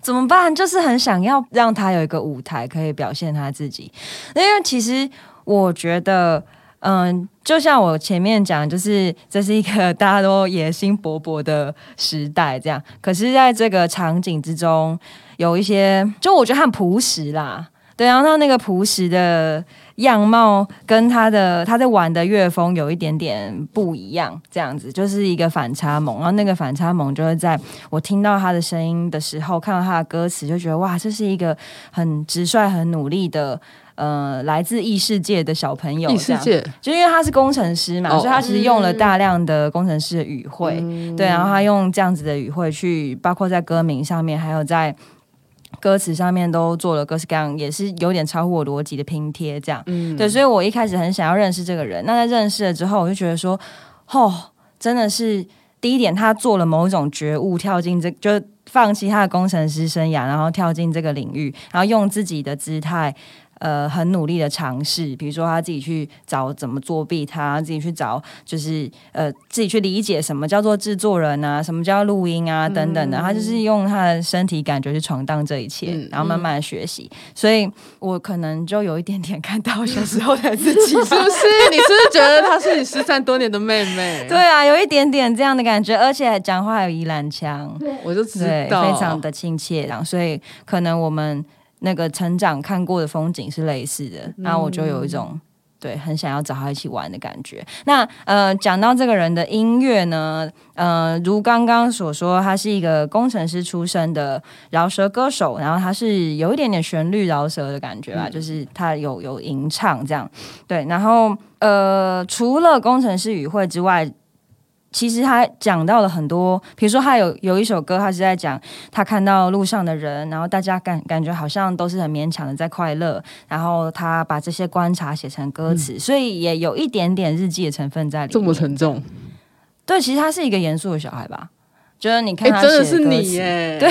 [SPEAKER 5] 怎么办？就是很想要让他有一个舞台可以表现他自己，因为其实我觉得。嗯，就像我前面讲，就是这是一个大家都野心勃勃的时代，这样。可是，在这个场景之中，有一些，就我觉得他很朴实啦，对。然后他那个朴实的样貌，跟他的他在玩的乐风有一点点不一样，这样子就是一个反差萌。然后那个反差萌就会在我听到他的声音的时候，看到他的歌词，就觉得哇，这是一个很直率、很努力的，呃，来自异世界的小朋友。
[SPEAKER 2] 异世，界
[SPEAKER 5] 就因为他是工程师嘛，
[SPEAKER 2] 哦嗯
[SPEAKER 5] 所以他其实用了大量的工程师的语汇，对，然后他用这样子的语汇去，包括在歌名上面，还有在。歌词上面都做了各式各样，也是有点超乎我逻辑的拼贴，这样。
[SPEAKER 2] 嗯
[SPEAKER 5] 对，所以我一开始很想要认识这个人。那在认识了之后，我就觉得说，哦，真的是第一点，他做了某种觉悟，跳进这就放弃他的工程师生涯，然后跳进这个领域，然后用自己的姿态。呃，很努力的尝试，比如说他自己去找怎么作弊他，自己去找就是呃自己去理解什么叫做制作人啊，什么叫录音啊等等的，他就是用他的身体感觉去闯荡这一切，
[SPEAKER 2] 嗯
[SPEAKER 5] 然后慢慢的学习。所以我可能就有一点点看到小时候的自己，
[SPEAKER 2] 是不 是？你是不是觉得她是你失散多年的妹妹？
[SPEAKER 5] 对，啊，有一点点这样的感觉，而且讲话有宜兰腔，
[SPEAKER 2] 我就知
[SPEAKER 5] 对，
[SPEAKER 2] 道，
[SPEAKER 5] 非常的亲切，然后所以可能我们那个成长看过的风景是类似的，
[SPEAKER 2] 嗯
[SPEAKER 5] 那、我就有一种。对，很想要找他一起玩的感觉。那呃，讲到这个人的音乐呢，呃，如刚刚所说，他是一个工程师出身的饶舌歌手，然后他是有一点点旋律饶舌的感觉吧，就是他有有吟唱这样。对，然后呃，除了工程师与会之外，其实他讲到了很多，比如说他有有一首歌，他是在讲他看到路上的人，然后大家感感觉好像都是很勉强的在快乐，然后他把这些观察写成歌词，所以也有一点点日记的成分在里面。
[SPEAKER 2] 这么沉重，
[SPEAKER 5] 对，其实他是一个严肃的小孩吧，就是你看
[SPEAKER 2] 哎
[SPEAKER 5] 他、，写
[SPEAKER 2] 真的是
[SPEAKER 5] 歌
[SPEAKER 2] 你
[SPEAKER 5] 词
[SPEAKER 2] 耶，对，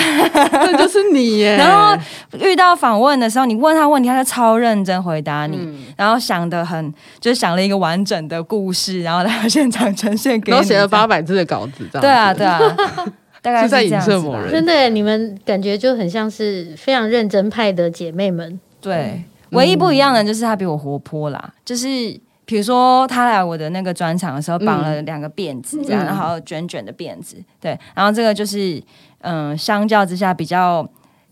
[SPEAKER 2] 这就是你耶。
[SPEAKER 5] 然后遇到访问的时候，你问他问题，他就超认真回答你，
[SPEAKER 2] 嗯
[SPEAKER 5] 然后想的很，就是想了一个完整的故事，然后他现场呈现给你，
[SPEAKER 2] 然后写了
[SPEAKER 5] 这样
[SPEAKER 2] 八百字的稿子，这样
[SPEAKER 5] 对啊，
[SPEAKER 2] 子
[SPEAKER 5] 对啊， 大概
[SPEAKER 2] 是在
[SPEAKER 5] 这样
[SPEAKER 2] 影射
[SPEAKER 5] 子
[SPEAKER 2] 某
[SPEAKER 5] 吧
[SPEAKER 2] 人
[SPEAKER 3] 真的，你们感觉就很像是非常认真派的姐妹们。
[SPEAKER 2] 嗯
[SPEAKER 5] 对，唯一不一样的就是他比我活泼啦，就是。比如说，他来我的那个专场的时候，绑了两个辫子，这样，
[SPEAKER 2] 嗯
[SPEAKER 5] 然后卷卷的辫子，对，然后这个就是，嗯、相较之下比较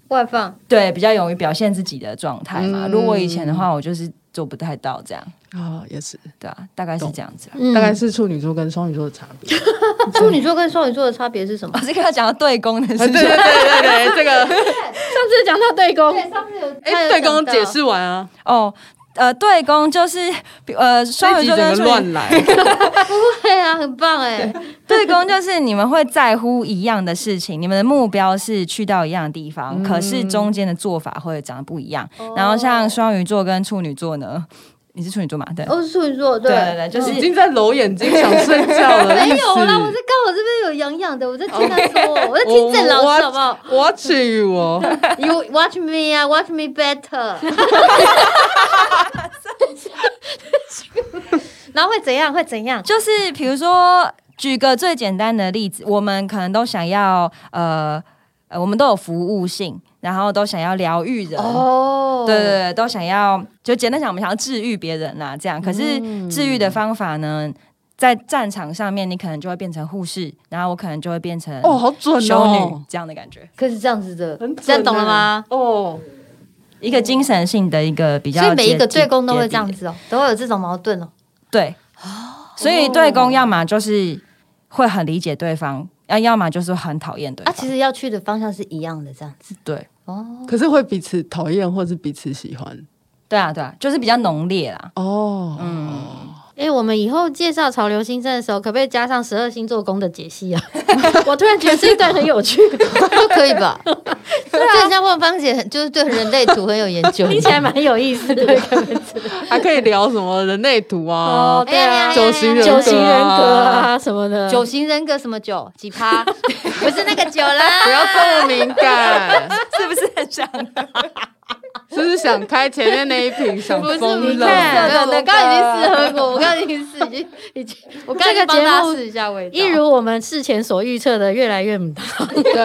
[SPEAKER 4] 外放，
[SPEAKER 5] 对，比较勇于表现自己的状态嘛。
[SPEAKER 2] 嗯
[SPEAKER 5] 如果以前的话，我就是做不太到这样，
[SPEAKER 2] 啊，也是，
[SPEAKER 5] 对啊， 大概是
[SPEAKER 2] 懂
[SPEAKER 5] 这样子啦。
[SPEAKER 3] 嗯
[SPEAKER 2] 大概是处女座跟双鱼座的差别。
[SPEAKER 4] 处女座跟双鱼座的差别是什么
[SPEAKER 5] 我？是跟他讲到对宫的事
[SPEAKER 2] 啊对
[SPEAKER 5] 情，
[SPEAKER 2] 对对对对，这 个
[SPEAKER 3] 上次讲到对宫，
[SPEAKER 4] 上次有
[SPEAKER 2] 哎，对刚刚解释完啊，
[SPEAKER 5] 哦，呃，对宫就是呃双
[SPEAKER 2] 这一
[SPEAKER 5] 鱼
[SPEAKER 2] 集
[SPEAKER 5] 座
[SPEAKER 2] 整个
[SPEAKER 5] 跟处女，
[SPEAKER 2] 乱来，
[SPEAKER 4] 对啊，很棒哎，
[SPEAKER 5] 对宫就是你们会在乎一样的事情，你们的目标是去到一样的地方，
[SPEAKER 2] 嗯
[SPEAKER 5] 可是中间的做法会长得不一样。
[SPEAKER 2] 哦
[SPEAKER 5] 然后像双鱼座跟处女座呢，你是处女座嘛？对，
[SPEAKER 4] 哦，是处女座，
[SPEAKER 5] 对对对，就
[SPEAKER 2] 已
[SPEAKER 5] 是。
[SPEAKER 2] 经在揉眼睛想睡觉 了。
[SPEAKER 4] 没
[SPEAKER 2] 意
[SPEAKER 4] 有啦，
[SPEAKER 2] 思
[SPEAKER 4] 我在刚好这边有痒痒的，我在听他说，我在听郑老师好不好
[SPEAKER 2] watching you 哦，
[SPEAKER 4] ？You watch me 啊，watch me better。然后会怎样？会怎样？
[SPEAKER 5] 就是比如说，举个最简单的例子，我们可能都想要呃呃，我们都有服务性，然后都想要疗愈人。
[SPEAKER 4] 哦，
[SPEAKER 5] 对对对，都想要，就简单讲，我们想要治愈别人啦、这样。可是治愈的方法呢，在战场上面，你可能就会变成护士，然后我可能就会变成
[SPEAKER 2] 哦，好准
[SPEAKER 5] 修女
[SPEAKER 2] 哦，
[SPEAKER 5] 这样的感觉，
[SPEAKER 4] 可是这样子的
[SPEAKER 2] 很，
[SPEAKER 4] 这样
[SPEAKER 2] 准
[SPEAKER 4] 懂了
[SPEAKER 2] 欸
[SPEAKER 4] 吗？？
[SPEAKER 2] 哦，
[SPEAKER 5] 一个精神性的一个比较接
[SPEAKER 4] 所以
[SPEAKER 5] 近，
[SPEAKER 4] 每一个对宫都
[SPEAKER 5] 接
[SPEAKER 4] 会
[SPEAKER 5] 地
[SPEAKER 4] 这样子哦，都会有这种矛盾哦。
[SPEAKER 5] 对，所以对公要么就是会很理解对方，要要么就是很讨厌对
[SPEAKER 4] 啊，
[SPEAKER 5] 方。
[SPEAKER 4] 其实要去的方向是一样的，这样子
[SPEAKER 5] 对
[SPEAKER 4] 哦。
[SPEAKER 2] 可是会彼此讨厌或是彼此喜欢
[SPEAKER 5] 对啊对啊，就是比较浓烈啦。
[SPEAKER 2] 哦，
[SPEAKER 3] 哎、我们以后介绍潮流新生的时候，可不可以加上十二星座宫的解析啊？ 我突然觉得这一段很有趣，
[SPEAKER 4] 都可以 吧？就很像万芳姐，很就是对人类图很有研究，
[SPEAKER 3] 啊 听起来蛮有意 思的。
[SPEAKER 2] 还可以聊什么人类图啊
[SPEAKER 3] 哦，对啊
[SPEAKER 2] 九型人格
[SPEAKER 3] 九
[SPEAKER 2] 啊
[SPEAKER 3] 型人格啊什么 的，
[SPEAKER 4] 九型人格什么九几 趴，不是那个九
[SPEAKER 2] 不
[SPEAKER 4] 啦。
[SPEAKER 2] 要这么敏感，
[SPEAKER 5] 是不是很像？
[SPEAKER 2] 是不是想开前面那一瓶想
[SPEAKER 4] 不是
[SPEAKER 2] 疯
[SPEAKER 4] 你
[SPEAKER 2] 了？
[SPEAKER 4] 看，没有
[SPEAKER 5] 对
[SPEAKER 4] 我刚刚已经试喝过，我刚刚已经试，已经已 经，我刚刚已经帮大家试一下味道。
[SPEAKER 3] 一如我们事前所预测的，越来越母汤。
[SPEAKER 2] 对，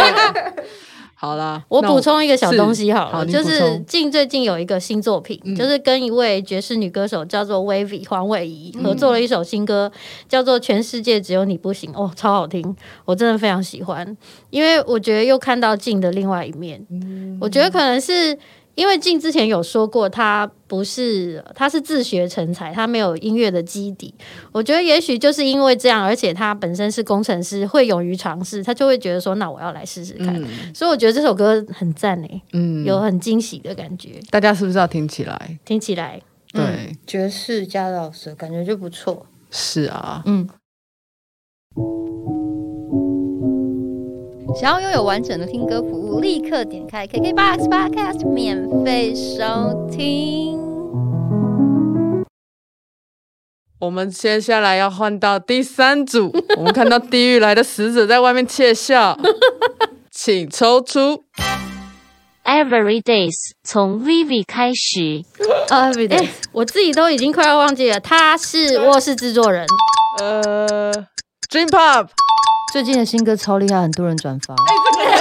[SPEAKER 2] 好啦，
[SPEAKER 3] 我
[SPEAKER 2] 那
[SPEAKER 3] 补充一个小东西好了，
[SPEAKER 2] 好你
[SPEAKER 3] 就
[SPEAKER 2] 补
[SPEAKER 3] 是
[SPEAKER 2] 充嗯
[SPEAKER 3] 近最近有一个新作品，就是跟一位爵士女歌手叫做 Wavy 黄伟仪
[SPEAKER 2] 嗯
[SPEAKER 3] 合作了一首新歌，叫做《全世界只有你不行》，哦，超好听，我真的非常喜欢，因为我觉得又看到静的另外一面，
[SPEAKER 2] 嗯
[SPEAKER 3] 我觉得可能是。因为静之前有说过，他不是，他是自学成才，他没有音乐的基底。我觉得也许就是因为这样，而且他本身是工程师，会勇于尝试，他就会觉得说，那我要来试试看。
[SPEAKER 2] 嗯
[SPEAKER 3] 所以我觉得这首歌很赞诶，
[SPEAKER 2] 嗯，
[SPEAKER 3] 有很惊喜的感觉，
[SPEAKER 2] 大家是不是要听起来？
[SPEAKER 3] 听起来
[SPEAKER 2] 对，
[SPEAKER 4] 爵士加老师，感觉就不错。
[SPEAKER 2] 是啊，
[SPEAKER 1] 想要拥有完整的听歌服务，立刻点开 KKBOX Podcast 免费收听。
[SPEAKER 2] 我们接下来要换到第三组， 我们看到地狱来的使者在外面窃 笑，请抽出。
[SPEAKER 6] Every days 从 Vivi 开始。
[SPEAKER 3] 哦
[SPEAKER 4] Every day，
[SPEAKER 3] 我自己都已经快要忘记了，他是卧室制作人，
[SPEAKER 2] 呃，Dream Pop，
[SPEAKER 4] 最近的新歌超厉害，很多人转发。
[SPEAKER 5] 哎
[SPEAKER 4] 哎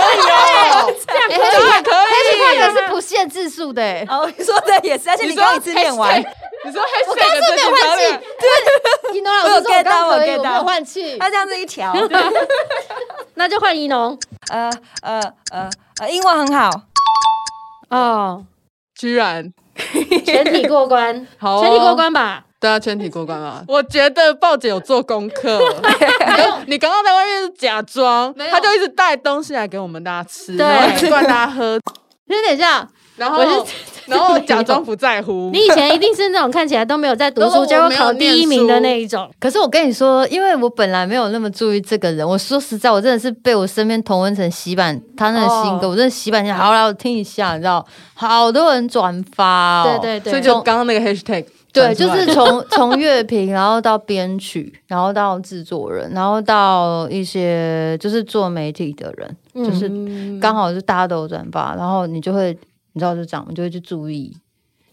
[SPEAKER 2] 这样可以，
[SPEAKER 4] 那个是不限字数的 欸，
[SPEAKER 5] 哦，你说的也是，而且你刚一次练完，
[SPEAKER 2] 你说 hashtag 这句表演，
[SPEAKER 4] 一诺老
[SPEAKER 5] 我有
[SPEAKER 4] 师说
[SPEAKER 5] get
[SPEAKER 4] 我
[SPEAKER 5] 到
[SPEAKER 4] 刚可以，
[SPEAKER 5] 我
[SPEAKER 4] 我
[SPEAKER 5] 有 get
[SPEAKER 4] 没
[SPEAKER 5] 到
[SPEAKER 4] 有换气。
[SPEAKER 5] 啊他这样子一条，
[SPEAKER 3] 那就换一农
[SPEAKER 5] 呃呃呃呃，英文很好，
[SPEAKER 3] 哦，
[SPEAKER 2] 居然
[SPEAKER 3] 全体过关，
[SPEAKER 2] 好哦
[SPEAKER 3] 全体过关吧。
[SPEAKER 2] 大家全体过关啊！我觉得鲍姐有做功 课，你刚你刚刚在外面是假装，他就一直带东西来给我们大家吃，
[SPEAKER 3] 对
[SPEAKER 2] 然后灌大家喝，
[SPEAKER 3] 先等一下，
[SPEAKER 2] 然后
[SPEAKER 3] 我是
[SPEAKER 2] 然后假装不在乎。
[SPEAKER 3] 你以前一定是那种看起来都没有在读
[SPEAKER 2] 如果
[SPEAKER 3] 书，
[SPEAKER 2] 我
[SPEAKER 3] 结果
[SPEAKER 2] 没有
[SPEAKER 3] 考第一名
[SPEAKER 2] 念
[SPEAKER 3] 的
[SPEAKER 2] 书
[SPEAKER 3] 那一种。
[SPEAKER 4] 可是我跟你说，因为我本来没有那么注意这个人，我说实在，我真的是被我身边同温层洗版，他那个
[SPEAKER 5] 哦
[SPEAKER 4] 新歌，我真的洗版一下，好来我听一下，你知道，好多人转发、哦，
[SPEAKER 3] 对对对，
[SPEAKER 2] 所以就刚刚那个 hashtag，
[SPEAKER 4] 对，就是从 从乐评，然后到编曲，然后到制作人，然后到一些就是做媒体的人，
[SPEAKER 3] 嗯
[SPEAKER 4] 就是刚好就大家都有转发，然后你就会，你知道就这样，你就会去注意，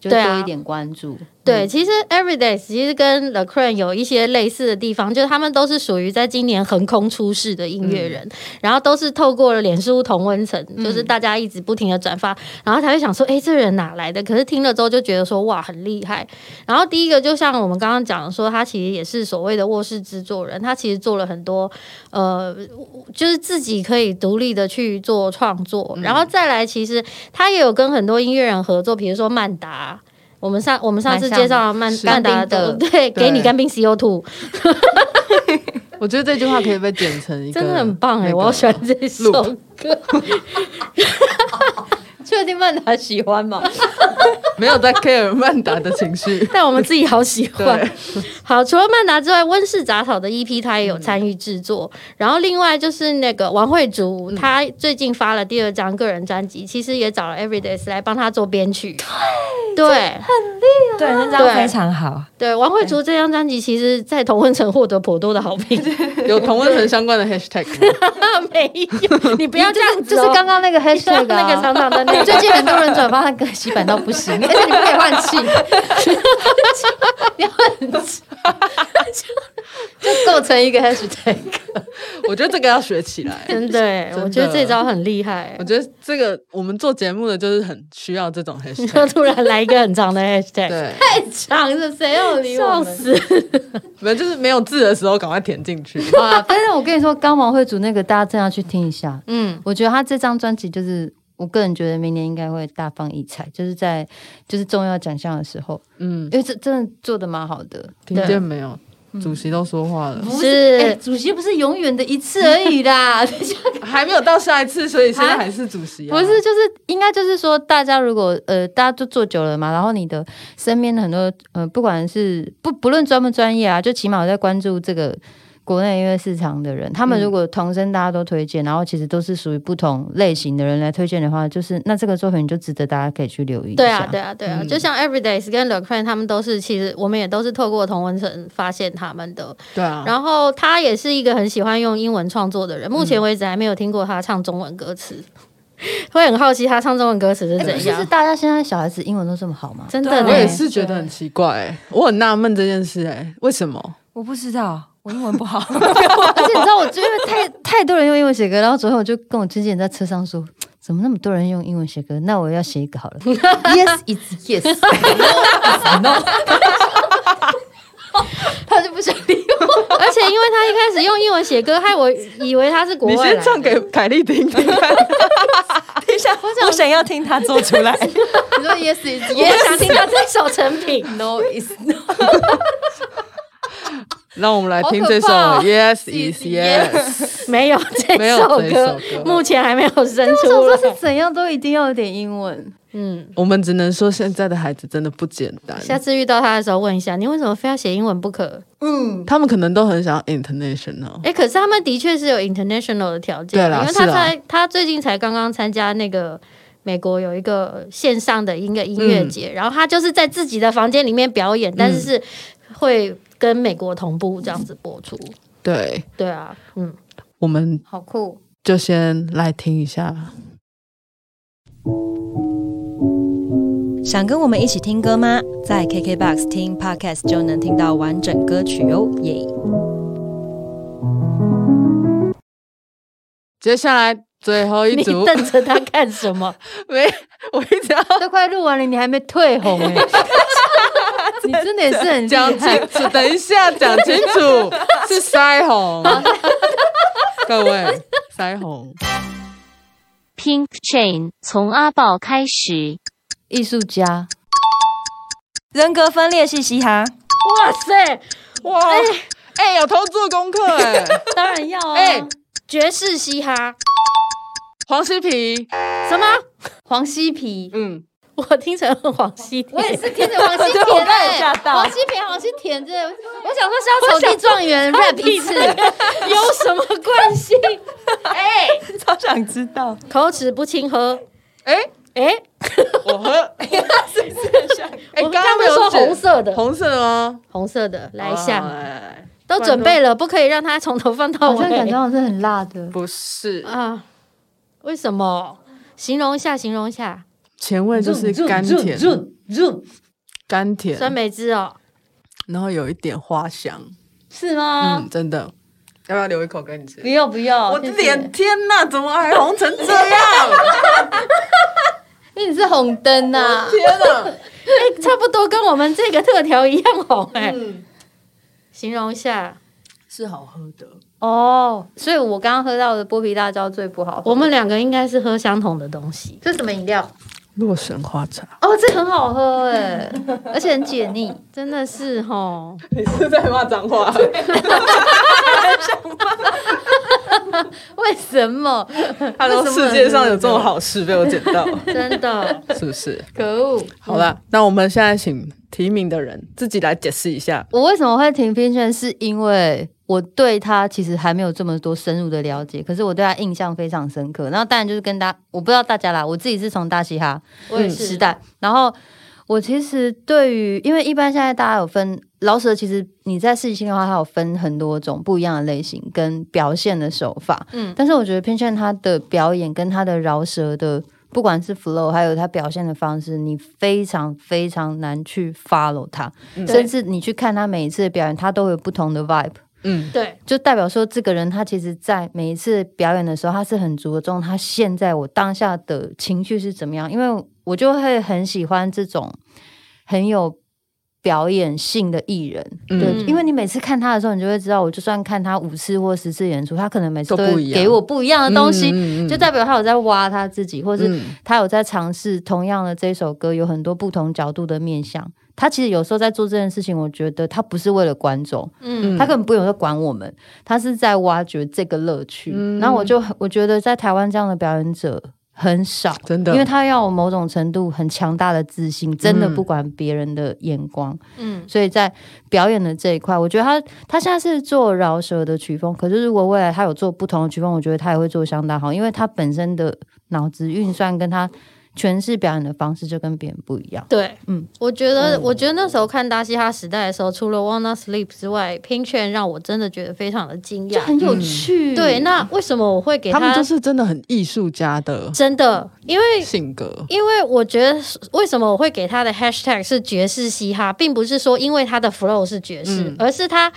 [SPEAKER 4] 就
[SPEAKER 3] 对啊
[SPEAKER 4] 多一点关 注。
[SPEAKER 3] 对，其实 Everyday 其实跟 The Crane 有一些类似的地方，就是他们都是属于在今年横空出世的音乐人，然后都是透过了脸书同温层，就是大家一直不停的转发，然后才会想说，哎，这人哪来的？可是听了之后就觉得说，哇，很厉害。然后第一个就像我们刚刚讲的说，他其实也是所谓的卧室制作人，他其实做了很多呃，就是自己可以独立的去做
[SPEAKER 2] 嗯
[SPEAKER 3] 创作，然后再来，其实他也有跟很多音乐人合作，比如说曼达。我们上我们上次
[SPEAKER 4] 蛮像的
[SPEAKER 3] 介绍了曼
[SPEAKER 2] 是
[SPEAKER 3] 曼达
[SPEAKER 4] 干冰
[SPEAKER 3] 的，
[SPEAKER 4] 的
[SPEAKER 3] 对，给你
[SPEAKER 2] 对
[SPEAKER 3] 干冰 CO two，
[SPEAKER 2] 我觉得这句话可以被剪成一个，
[SPEAKER 3] 真的很棒哎、
[SPEAKER 2] 那个
[SPEAKER 3] 我好喜欢这首歌。。
[SPEAKER 4] 确定曼达喜欢 吗？
[SPEAKER 2] 没有在 care 曼达的情绪
[SPEAKER 3] 但我们自己好喜欢
[SPEAKER 2] 对。
[SPEAKER 3] 好，除了曼达之外，温室杂草的 EP 他也有参与制作。
[SPEAKER 2] 嗯
[SPEAKER 3] 然后另外就是那个王慧竹，她最近发了第二张个人专辑，其实也找了 Everydays 来帮她做编曲。对
[SPEAKER 5] 对，那张
[SPEAKER 3] 对
[SPEAKER 5] 非常好。
[SPEAKER 3] 对，王慧竹这张专辑其实在同温层获得颇多的好评。
[SPEAKER 2] 有同温层相关的 hashtag 吗？
[SPEAKER 3] 没有，你不要这样子
[SPEAKER 4] 就
[SPEAKER 3] 哦、
[SPEAKER 4] 是刚刚那个 hashtag
[SPEAKER 3] 那个
[SPEAKER 4] 啊
[SPEAKER 3] 长长的那 个，
[SPEAKER 4] 最近很多人转发那个洗版到不 行， 而且你不可以换气，你要很 就构成一个 hashtag。
[SPEAKER 2] 我觉得这个要学起来。
[SPEAKER 3] 真的耶，
[SPEAKER 2] 真的
[SPEAKER 3] 我觉得这招很厉害
[SPEAKER 2] 我。觉得这个我们做节目的就是很需要这种 hashtag。
[SPEAKER 3] 就突然来一个很长的 hashtag，
[SPEAKER 2] 对，
[SPEAKER 4] 长着谁要理我
[SPEAKER 3] 笑
[SPEAKER 4] 们？
[SPEAKER 3] 死！
[SPEAKER 2] 没有就是没有字的时候赶快填进去。
[SPEAKER 4] 啊！但是我跟你说，刚王慧主那个大家真的要去听一下。
[SPEAKER 3] 嗯，
[SPEAKER 4] 我觉得他这张专辑就是，我个人觉得明年应该会大放异彩，就是在就是重要奖项的时候，
[SPEAKER 2] 嗯，
[SPEAKER 4] 因为这真的做的蛮好的。
[SPEAKER 2] 听见没有？主席都说话了，
[SPEAKER 4] 不
[SPEAKER 3] 是
[SPEAKER 4] 哎主席不是永远的 一次而已啦，
[SPEAKER 2] 还没有到下一次，所以现在还是主席、啊。
[SPEAKER 4] 不是，，就是应该就是说，大家如果呃，大家都做久了嘛，然后你的身边的很多呃，不管是不不论专不专业啊，就起码我在关注这个国内音乐市场的人，
[SPEAKER 3] 嗯
[SPEAKER 4] 他们如果同声大家都推荐，然后其实都是属于不同类型的人来推荐的话，就是那这个作品就值得大家可以去留意一下。
[SPEAKER 3] 对啊，对啊，对
[SPEAKER 4] 嗯
[SPEAKER 3] 啊，就像 Everydays 跟 l e c r a n 他们都是，其实我们也都是透过同文层发现他们的。
[SPEAKER 2] 对
[SPEAKER 4] 嗯
[SPEAKER 2] 啊，
[SPEAKER 3] 然后他也是一个很喜欢用英文创作的人，
[SPEAKER 4] 嗯
[SPEAKER 3] 目前为止还没有听过他唱中文歌词， 会很好奇他唱中文歌词是
[SPEAKER 4] 哎。
[SPEAKER 3] 怎
[SPEAKER 4] 其实
[SPEAKER 3] 样。
[SPEAKER 4] 大家现在小孩子英文都这么好吗？
[SPEAKER 3] 真的
[SPEAKER 2] 我也
[SPEAKER 3] 呢，
[SPEAKER 2] 是觉得很奇怪、欸我很纳闷这件事、哎，为什么？
[SPEAKER 5] 我不知道， 我英文不好。
[SPEAKER 4] 而且你知道 我，因为太太多人用英文写歌，然后昨天我就跟我经纪人在车上说，怎么那么多人用英文写歌？那我要写一个 好了。yes is yes，他就不想理我。
[SPEAKER 3] 而且因为他一开始用英文写歌，害我以为他是国
[SPEAKER 2] 你
[SPEAKER 3] 外
[SPEAKER 2] 先
[SPEAKER 3] 来的
[SPEAKER 2] 唱。给凯莉听听看。
[SPEAKER 5] 等一下，我想要听他做出来。
[SPEAKER 4] 你说 yes is
[SPEAKER 3] 我想听 他这首成品。
[SPEAKER 4] yes，no is no。
[SPEAKER 2] 让我们来听这首
[SPEAKER 4] 好可怕哦
[SPEAKER 2] Yes
[SPEAKER 4] Yes
[SPEAKER 2] Is Yes。
[SPEAKER 3] 没有这
[SPEAKER 2] 没有
[SPEAKER 3] 首
[SPEAKER 2] 这
[SPEAKER 3] 歌
[SPEAKER 2] 首歌，
[SPEAKER 3] 目前还没有生
[SPEAKER 4] 我想
[SPEAKER 3] 出
[SPEAKER 4] 说是
[SPEAKER 3] 来。
[SPEAKER 4] 怎样都一定要有点英文。
[SPEAKER 3] 嗯，
[SPEAKER 2] 我们只能说现在的孩子真的不简单，
[SPEAKER 3] 下次遇到他的时候问一下，你为什么非要写英文不可？
[SPEAKER 2] 他们可能都很想要 international。
[SPEAKER 3] 哎、可是他们的确是有 international 的条件，啊
[SPEAKER 2] 对啦
[SPEAKER 3] 因为他
[SPEAKER 2] 是啦
[SPEAKER 3] 才他最近才刚刚参加那个美国有一个线上的一个音乐节，
[SPEAKER 2] 嗯
[SPEAKER 3] 然后他就是在自己的房间里面表演，但是是会跟美国同步这样子播出。
[SPEAKER 2] 对，
[SPEAKER 3] 对啊，嗯，
[SPEAKER 2] 我们
[SPEAKER 4] 好酷！
[SPEAKER 2] 就先来听一下。
[SPEAKER 7] 想跟我们一起听歌吗？在 KKBOX 听 Podcast 就能听到完整歌曲哦，耶、
[SPEAKER 2] 接下来最后一
[SPEAKER 3] 你
[SPEAKER 2] 组，
[SPEAKER 3] 瞪着他干什么？
[SPEAKER 2] 没，我一直要
[SPEAKER 4] 都快录完了，你还没退红哎、你真的也是很厉
[SPEAKER 2] 讲
[SPEAKER 4] 害。
[SPEAKER 2] 清楚，等一下讲清楚，是腮红， 各位腮红，
[SPEAKER 3] 哎
[SPEAKER 6] Pink Chain 从阿豹开始。
[SPEAKER 4] 艺术家，
[SPEAKER 5] 人格分裂是嘻哈，
[SPEAKER 3] 哇塞，
[SPEAKER 2] 哇，哎、有偷做功课哎、
[SPEAKER 3] 当然要 啊！
[SPEAKER 2] 哎
[SPEAKER 3] 爵士嘻哈
[SPEAKER 2] 黄西皮，
[SPEAKER 3] 什么？
[SPEAKER 4] 黄西皮，
[SPEAKER 2] 嗯，
[SPEAKER 3] 我听成黄西田，
[SPEAKER 4] 我也是听着黄 西
[SPEAKER 5] 对我
[SPEAKER 4] 田
[SPEAKER 5] 刚才
[SPEAKER 4] 哎、
[SPEAKER 5] 吓到
[SPEAKER 4] 黄西皮，黄西田真的，我想说是要草地状 元 rap 一次，
[SPEAKER 3] 有什么 关系？
[SPEAKER 4] 哎
[SPEAKER 5] 超想知道。
[SPEAKER 3] 口齿不清喝，
[SPEAKER 2] 哎、
[SPEAKER 3] 哎、
[SPEAKER 2] 我喝，哎、
[SPEAKER 3] 我
[SPEAKER 4] 哎
[SPEAKER 2] 刚
[SPEAKER 3] 刚
[SPEAKER 2] 刚
[SPEAKER 3] 刚
[SPEAKER 2] 没有
[SPEAKER 3] 不是说
[SPEAKER 2] 指
[SPEAKER 3] 红色的，
[SPEAKER 2] 红色的吗？哎
[SPEAKER 3] 红色的，来一
[SPEAKER 2] 好
[SPEAKER 4] 啊
[SPEAKER 3] 下，
[SPEAKER 2] 来来来
[SPEAKER 3] 都准备了，不可以让它从头放到
[SPEAKER 4] 好像感觉
[SPEAKER 3] 尾
[SPEAKER 4] 好像是很辣的。
[SPEAKER 2] 不是，
[SPEAKER 3] 啊？为什么？形容一下，形容一下，
[SPEAKER 2] 前味就是甘甜，甘甜，
[SPEAKER 3] 酸梅汁哦，
[SPEAKER 2] 然后有一点花香，
[SPEAKER 4] 是吗？
[SPEAKER 2] 嗯，真的。要不要留一口给你吃
[SPEAKER 4] 不？要不要，
[SPEAKER 2] 我的
[SPEAKER 4] 谢谢
[SPEAKER 2] 脸，天哪，怎么还红成这样？
[SPEAKER 4] 因为你是红灯啊呐、
[SPEAKER 2] 天哪！
[SPEAKER 3] 哎，差不多跟我们这个特调一样红哎、
[SPEAKER 2] 嗯，
[SPEAKER 3] 形容一下。
[SPEAKER 2] 是好喝的。
[SPEAKER 4] 哦，所以我刚刚喝到的剥皮辣椒最不好喝。
[SPEAKER 3] 我们两个应该是喝相同的东西，
[SPEAKER 4] 这是什么饮料？
[SPEAKER 2] 洛神花茶，
[SPEAKER 4] 哦，这很好喝哎，而且很解腻。
[SPEAKER 3] 真的是哦吼，
[SPEAKER 2] 你是在骂脏话？
[SPEAKER 3] 为什么？
[SPEAKER 2] 他说世界上有这种好事被我捡到，
[SPEAKER 3] 真的
[SPEAKER 2] 是不是？
[SPEAKER 3] 可恶！
[SPEAKER 2] 好了，那我们现在请提名的人自己来解释一下。
[SPEAKER 4] 我为什么会停评选，是因为我对他其实还没有这么多深入的了解，可是我对他印象非常深刻。然后当然就是跟大，我不知道大家啦，我自己是从大嘻哈
[SPEAKER 3] 我也
[SPEAKER 4] 时
[SPEAKER 3] 是。
[SPEAKER 4] 代，然后我其实对于，因为一般现在大家有分老舍，其实你在试新的话，它有分很多种不一样的类型跟表现的手法。嗯，但是我觉得偏向他的表演跟他的饶舌的。不管是 flow，还有他表现的方式，你非常非常难去 follow 他，甚至你去看他每一次的表演，他都会有不同的 vibe。
[SPEAKER 2] 嗯，
[SPEAKER 3] 对，
[SPEAKER 4] 就代表说，这个人他其实，在每一次表演的时候，他是很着重他现在我当下的情绪是怎么样，因为我就会很喜欢这种很有表演性的艺人，对，
[SPEAKER 3] 嗯
[SPEAKER 4] 因为你每次看他的时候，你就会知道，我就算看他五次或十次演出，他可能每次
[SPEAKER 2] 都
[SPEAKER 4] 都
[SPEAKER 2] 不
[SPEAKER 4] 会
[SPEAKER 2] 一样
[SPEAKER 4] 给我不一样的东西，
[SPEAKER 2] 嗯嗯嗯
[SPEAKER 4] 就代表他有在挖他自己，或是
[SPEAKER 2] 嗯
[SPEAKER 4] 他有在尝试同样的这首歌，有很多不同角度的面向。他其实有时候在做这件事情，我觉得他不是为了观众，
[SPEAKER 3] 嗯
[SPEAKER 4] 他根本不用在管我们，他是在挖掘这个乐趣。然后我就我觉得在台湾这样的表演者很少，
[SPEAKER 2] 真的
[SPEAKER 4] 因为他要有某种程度很强大的自信，真的
[SPEAKER 2] 嗯
[SPEAKER 4] 不管别人的眼光。
[SPEAKER 3] 嗯，
[SPEAKER 4] 所以在表演的这一块，我觉得他他现在是做饶舌的曲风，可是如果未来他有做不同的曲风，我觉得他也会做相当好，因为他本身的脑子运算跟他诠释表演的方式就跟别人不一样。
[SPEAKER 3] 对，嗯
[SPEAKER 4] 嗯，
[SPEAKER 3] 我觉得，我觉得那时候看《大嘻哈时代》的时候，除了《Wanna Sleep》之外，《Pink Chain》让我真的觉得非常的惊讶。
[SPEAKER 4] 很有趣，
[SPEAKER 3] 对，那为什么我会给
[SPEAKER 2] 他们
[SPEAKER 3] 他
[SPEAKER 2] 就是真的很艺术家的
[SPEAKER 3] 真的？因为
[SPEAKER 2] 性格，
[SPEAKER 3] 因为我觉得为什么我会给他的 hashtag 是爵士嘻哈，并不是说因为他的 flow 是爵士，
[SPEAKER 2] 嗯
[SPEAKER 3] 而是他。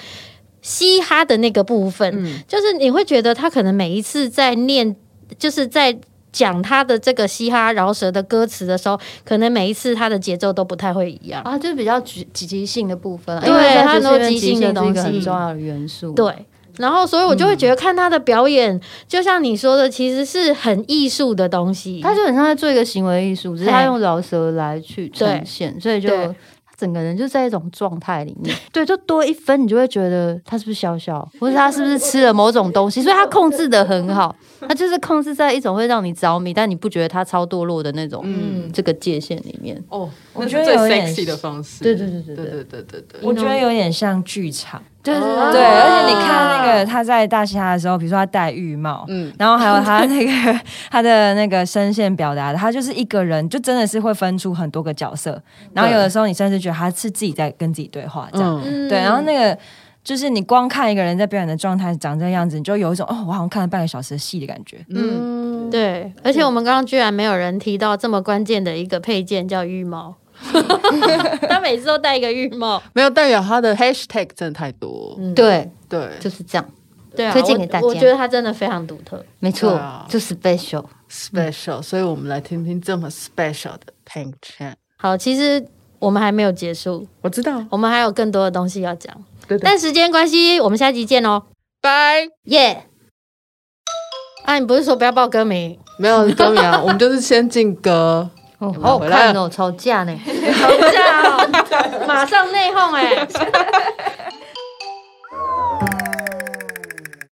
[SPEAKER 3] 嘻哈的那个部分，就是你会觉得他可能每一次在念，就是在讲他的这个嘻哈饶舌的歌词的时候，可能每一次他的节奏都不太会一样。
[SPEAKER 4] 啊，就比较积积极性的部分啊，
[SPEAKER 3] 对
[SPEAKER 4] 因为在
[SPEAKER 3] 它很
[SPEAKER 4] 爵士
[SPEAKER 3] 多
[SPEAKER 4] 里面
[SPEAKER 3] 即
[SPEAKER 4] 即
[SPEAKER 3] 兴
[SPEAKER 4] 兴
[SPEAKER 3] 的
[SPEAKER 4] 是
[SPEAKER 3] 东
[SPEAKER 4] 一个很
[SPEAKER 3] 西
[SPEAKER 4] 重要的元素。，
[SPEAKER 3] 对，然后所以我就会觉得看他的表演，就像你说的，其实是很艺术的东西。
[SPEAKER 4] 他就很像在做一个行为艺术，只是他
[SPEAKER 3] 嘿
[SPEAKER 4] 用饶舌来去
[SPEAKER 3] 对
[SPEAKER 4] 呈现，所以就
[SPEAKER 3] 对
[SPEAKER 4] 他整个人就在一种状态里面。对，就多一分，你就会觉得他是不是笑笑，或者他是不是吃了某种东西，所以他控制的很好。他就是控制在一种会让你着迷，但你不觉得他超堕落的那种、
[SPEAKER 3] 嗯
[SPEAKER 4] 这个界限里面。
[SPEAKER 2] 哦，
[SPEAKER 5] 我觉得有点
[SPEAKER 2] 方式
[SPEAKER 4] 对对对对对
[SPEAKER 2] 对对对对
[SPEAKER 5] 我觉得有点像剧场。
[SPEAKER 4] 对对
[SPEAKER 2] 哦
[SPEAKER 5] 对，而且你看那个他在大嘻哈的时候，比如说他戴浴帽，
[SPEAKER 2] 嗯
[SPEAKER 5] 嗯，然后还有他那个 他的那个声线表达的，他就是一个人，就真的是会分出很多个角色。然后有的时候你甚至觉得他是自己在跟自己对话这样。
[SPEAKER 2] 嗯，
[SPEAKER 3] 嗯
[SPEAKER 5] 对，然后那个就是你光看一个人在表演的状态长这个样子，你就有一种哦，我好像看了半个小时的戏的感觉。
[SPEAKER 3] 嗯，对，而且我们刚刚居然没有人提到这么关键的一个配件叫浴 帽，他每次都戴一个浴帽。
[SPEAKER 2] 没有代表他的 hashtag 真的太多，
[SPEAKER 3] 嗯，
[SPEAKER 4] 对，
[SPEAKER 2] 对，
[SPEAKER 4] 就是这样，
[SPEAKER 3] 对啊，
[SPEAKER 4] 推荐给大家
[SPEAKER 3] 我。我觉得他真的非常独特。
[SPEAKER 4] 没错，
[SPEAKER 2] 对啊
[SPEAKER 4] 就 special。
[SPEAKER 2] special，所以我们来听听这么 special 的 Pink Chan。
[SPEAKER 3] 好，其实我们还没有结束，
[SPEAKER 2] 我知道，
[SPEAKER 3] 我们还有更多的东西要讲，
[SPEAKER 2] 对对，
[SPEAKER 3] 但时间关系，我们下集见哦，
[SPEAKER 2] 拜。
[SPEAKER 3] 耶、啊，你不是说不要报歌名？
[SPEAKER 2] 没有歌名啊，我们就是先进歌。
[SPEAKER 4] 哦，
[SPEAKER 2] 有
[SPEAKER 4] 好好
[SPEAKER 2] 回来
[SPEAKER 4] 看哦，吵架呢。
[SPEAKER 3] 吵架哦，马上内讧哎、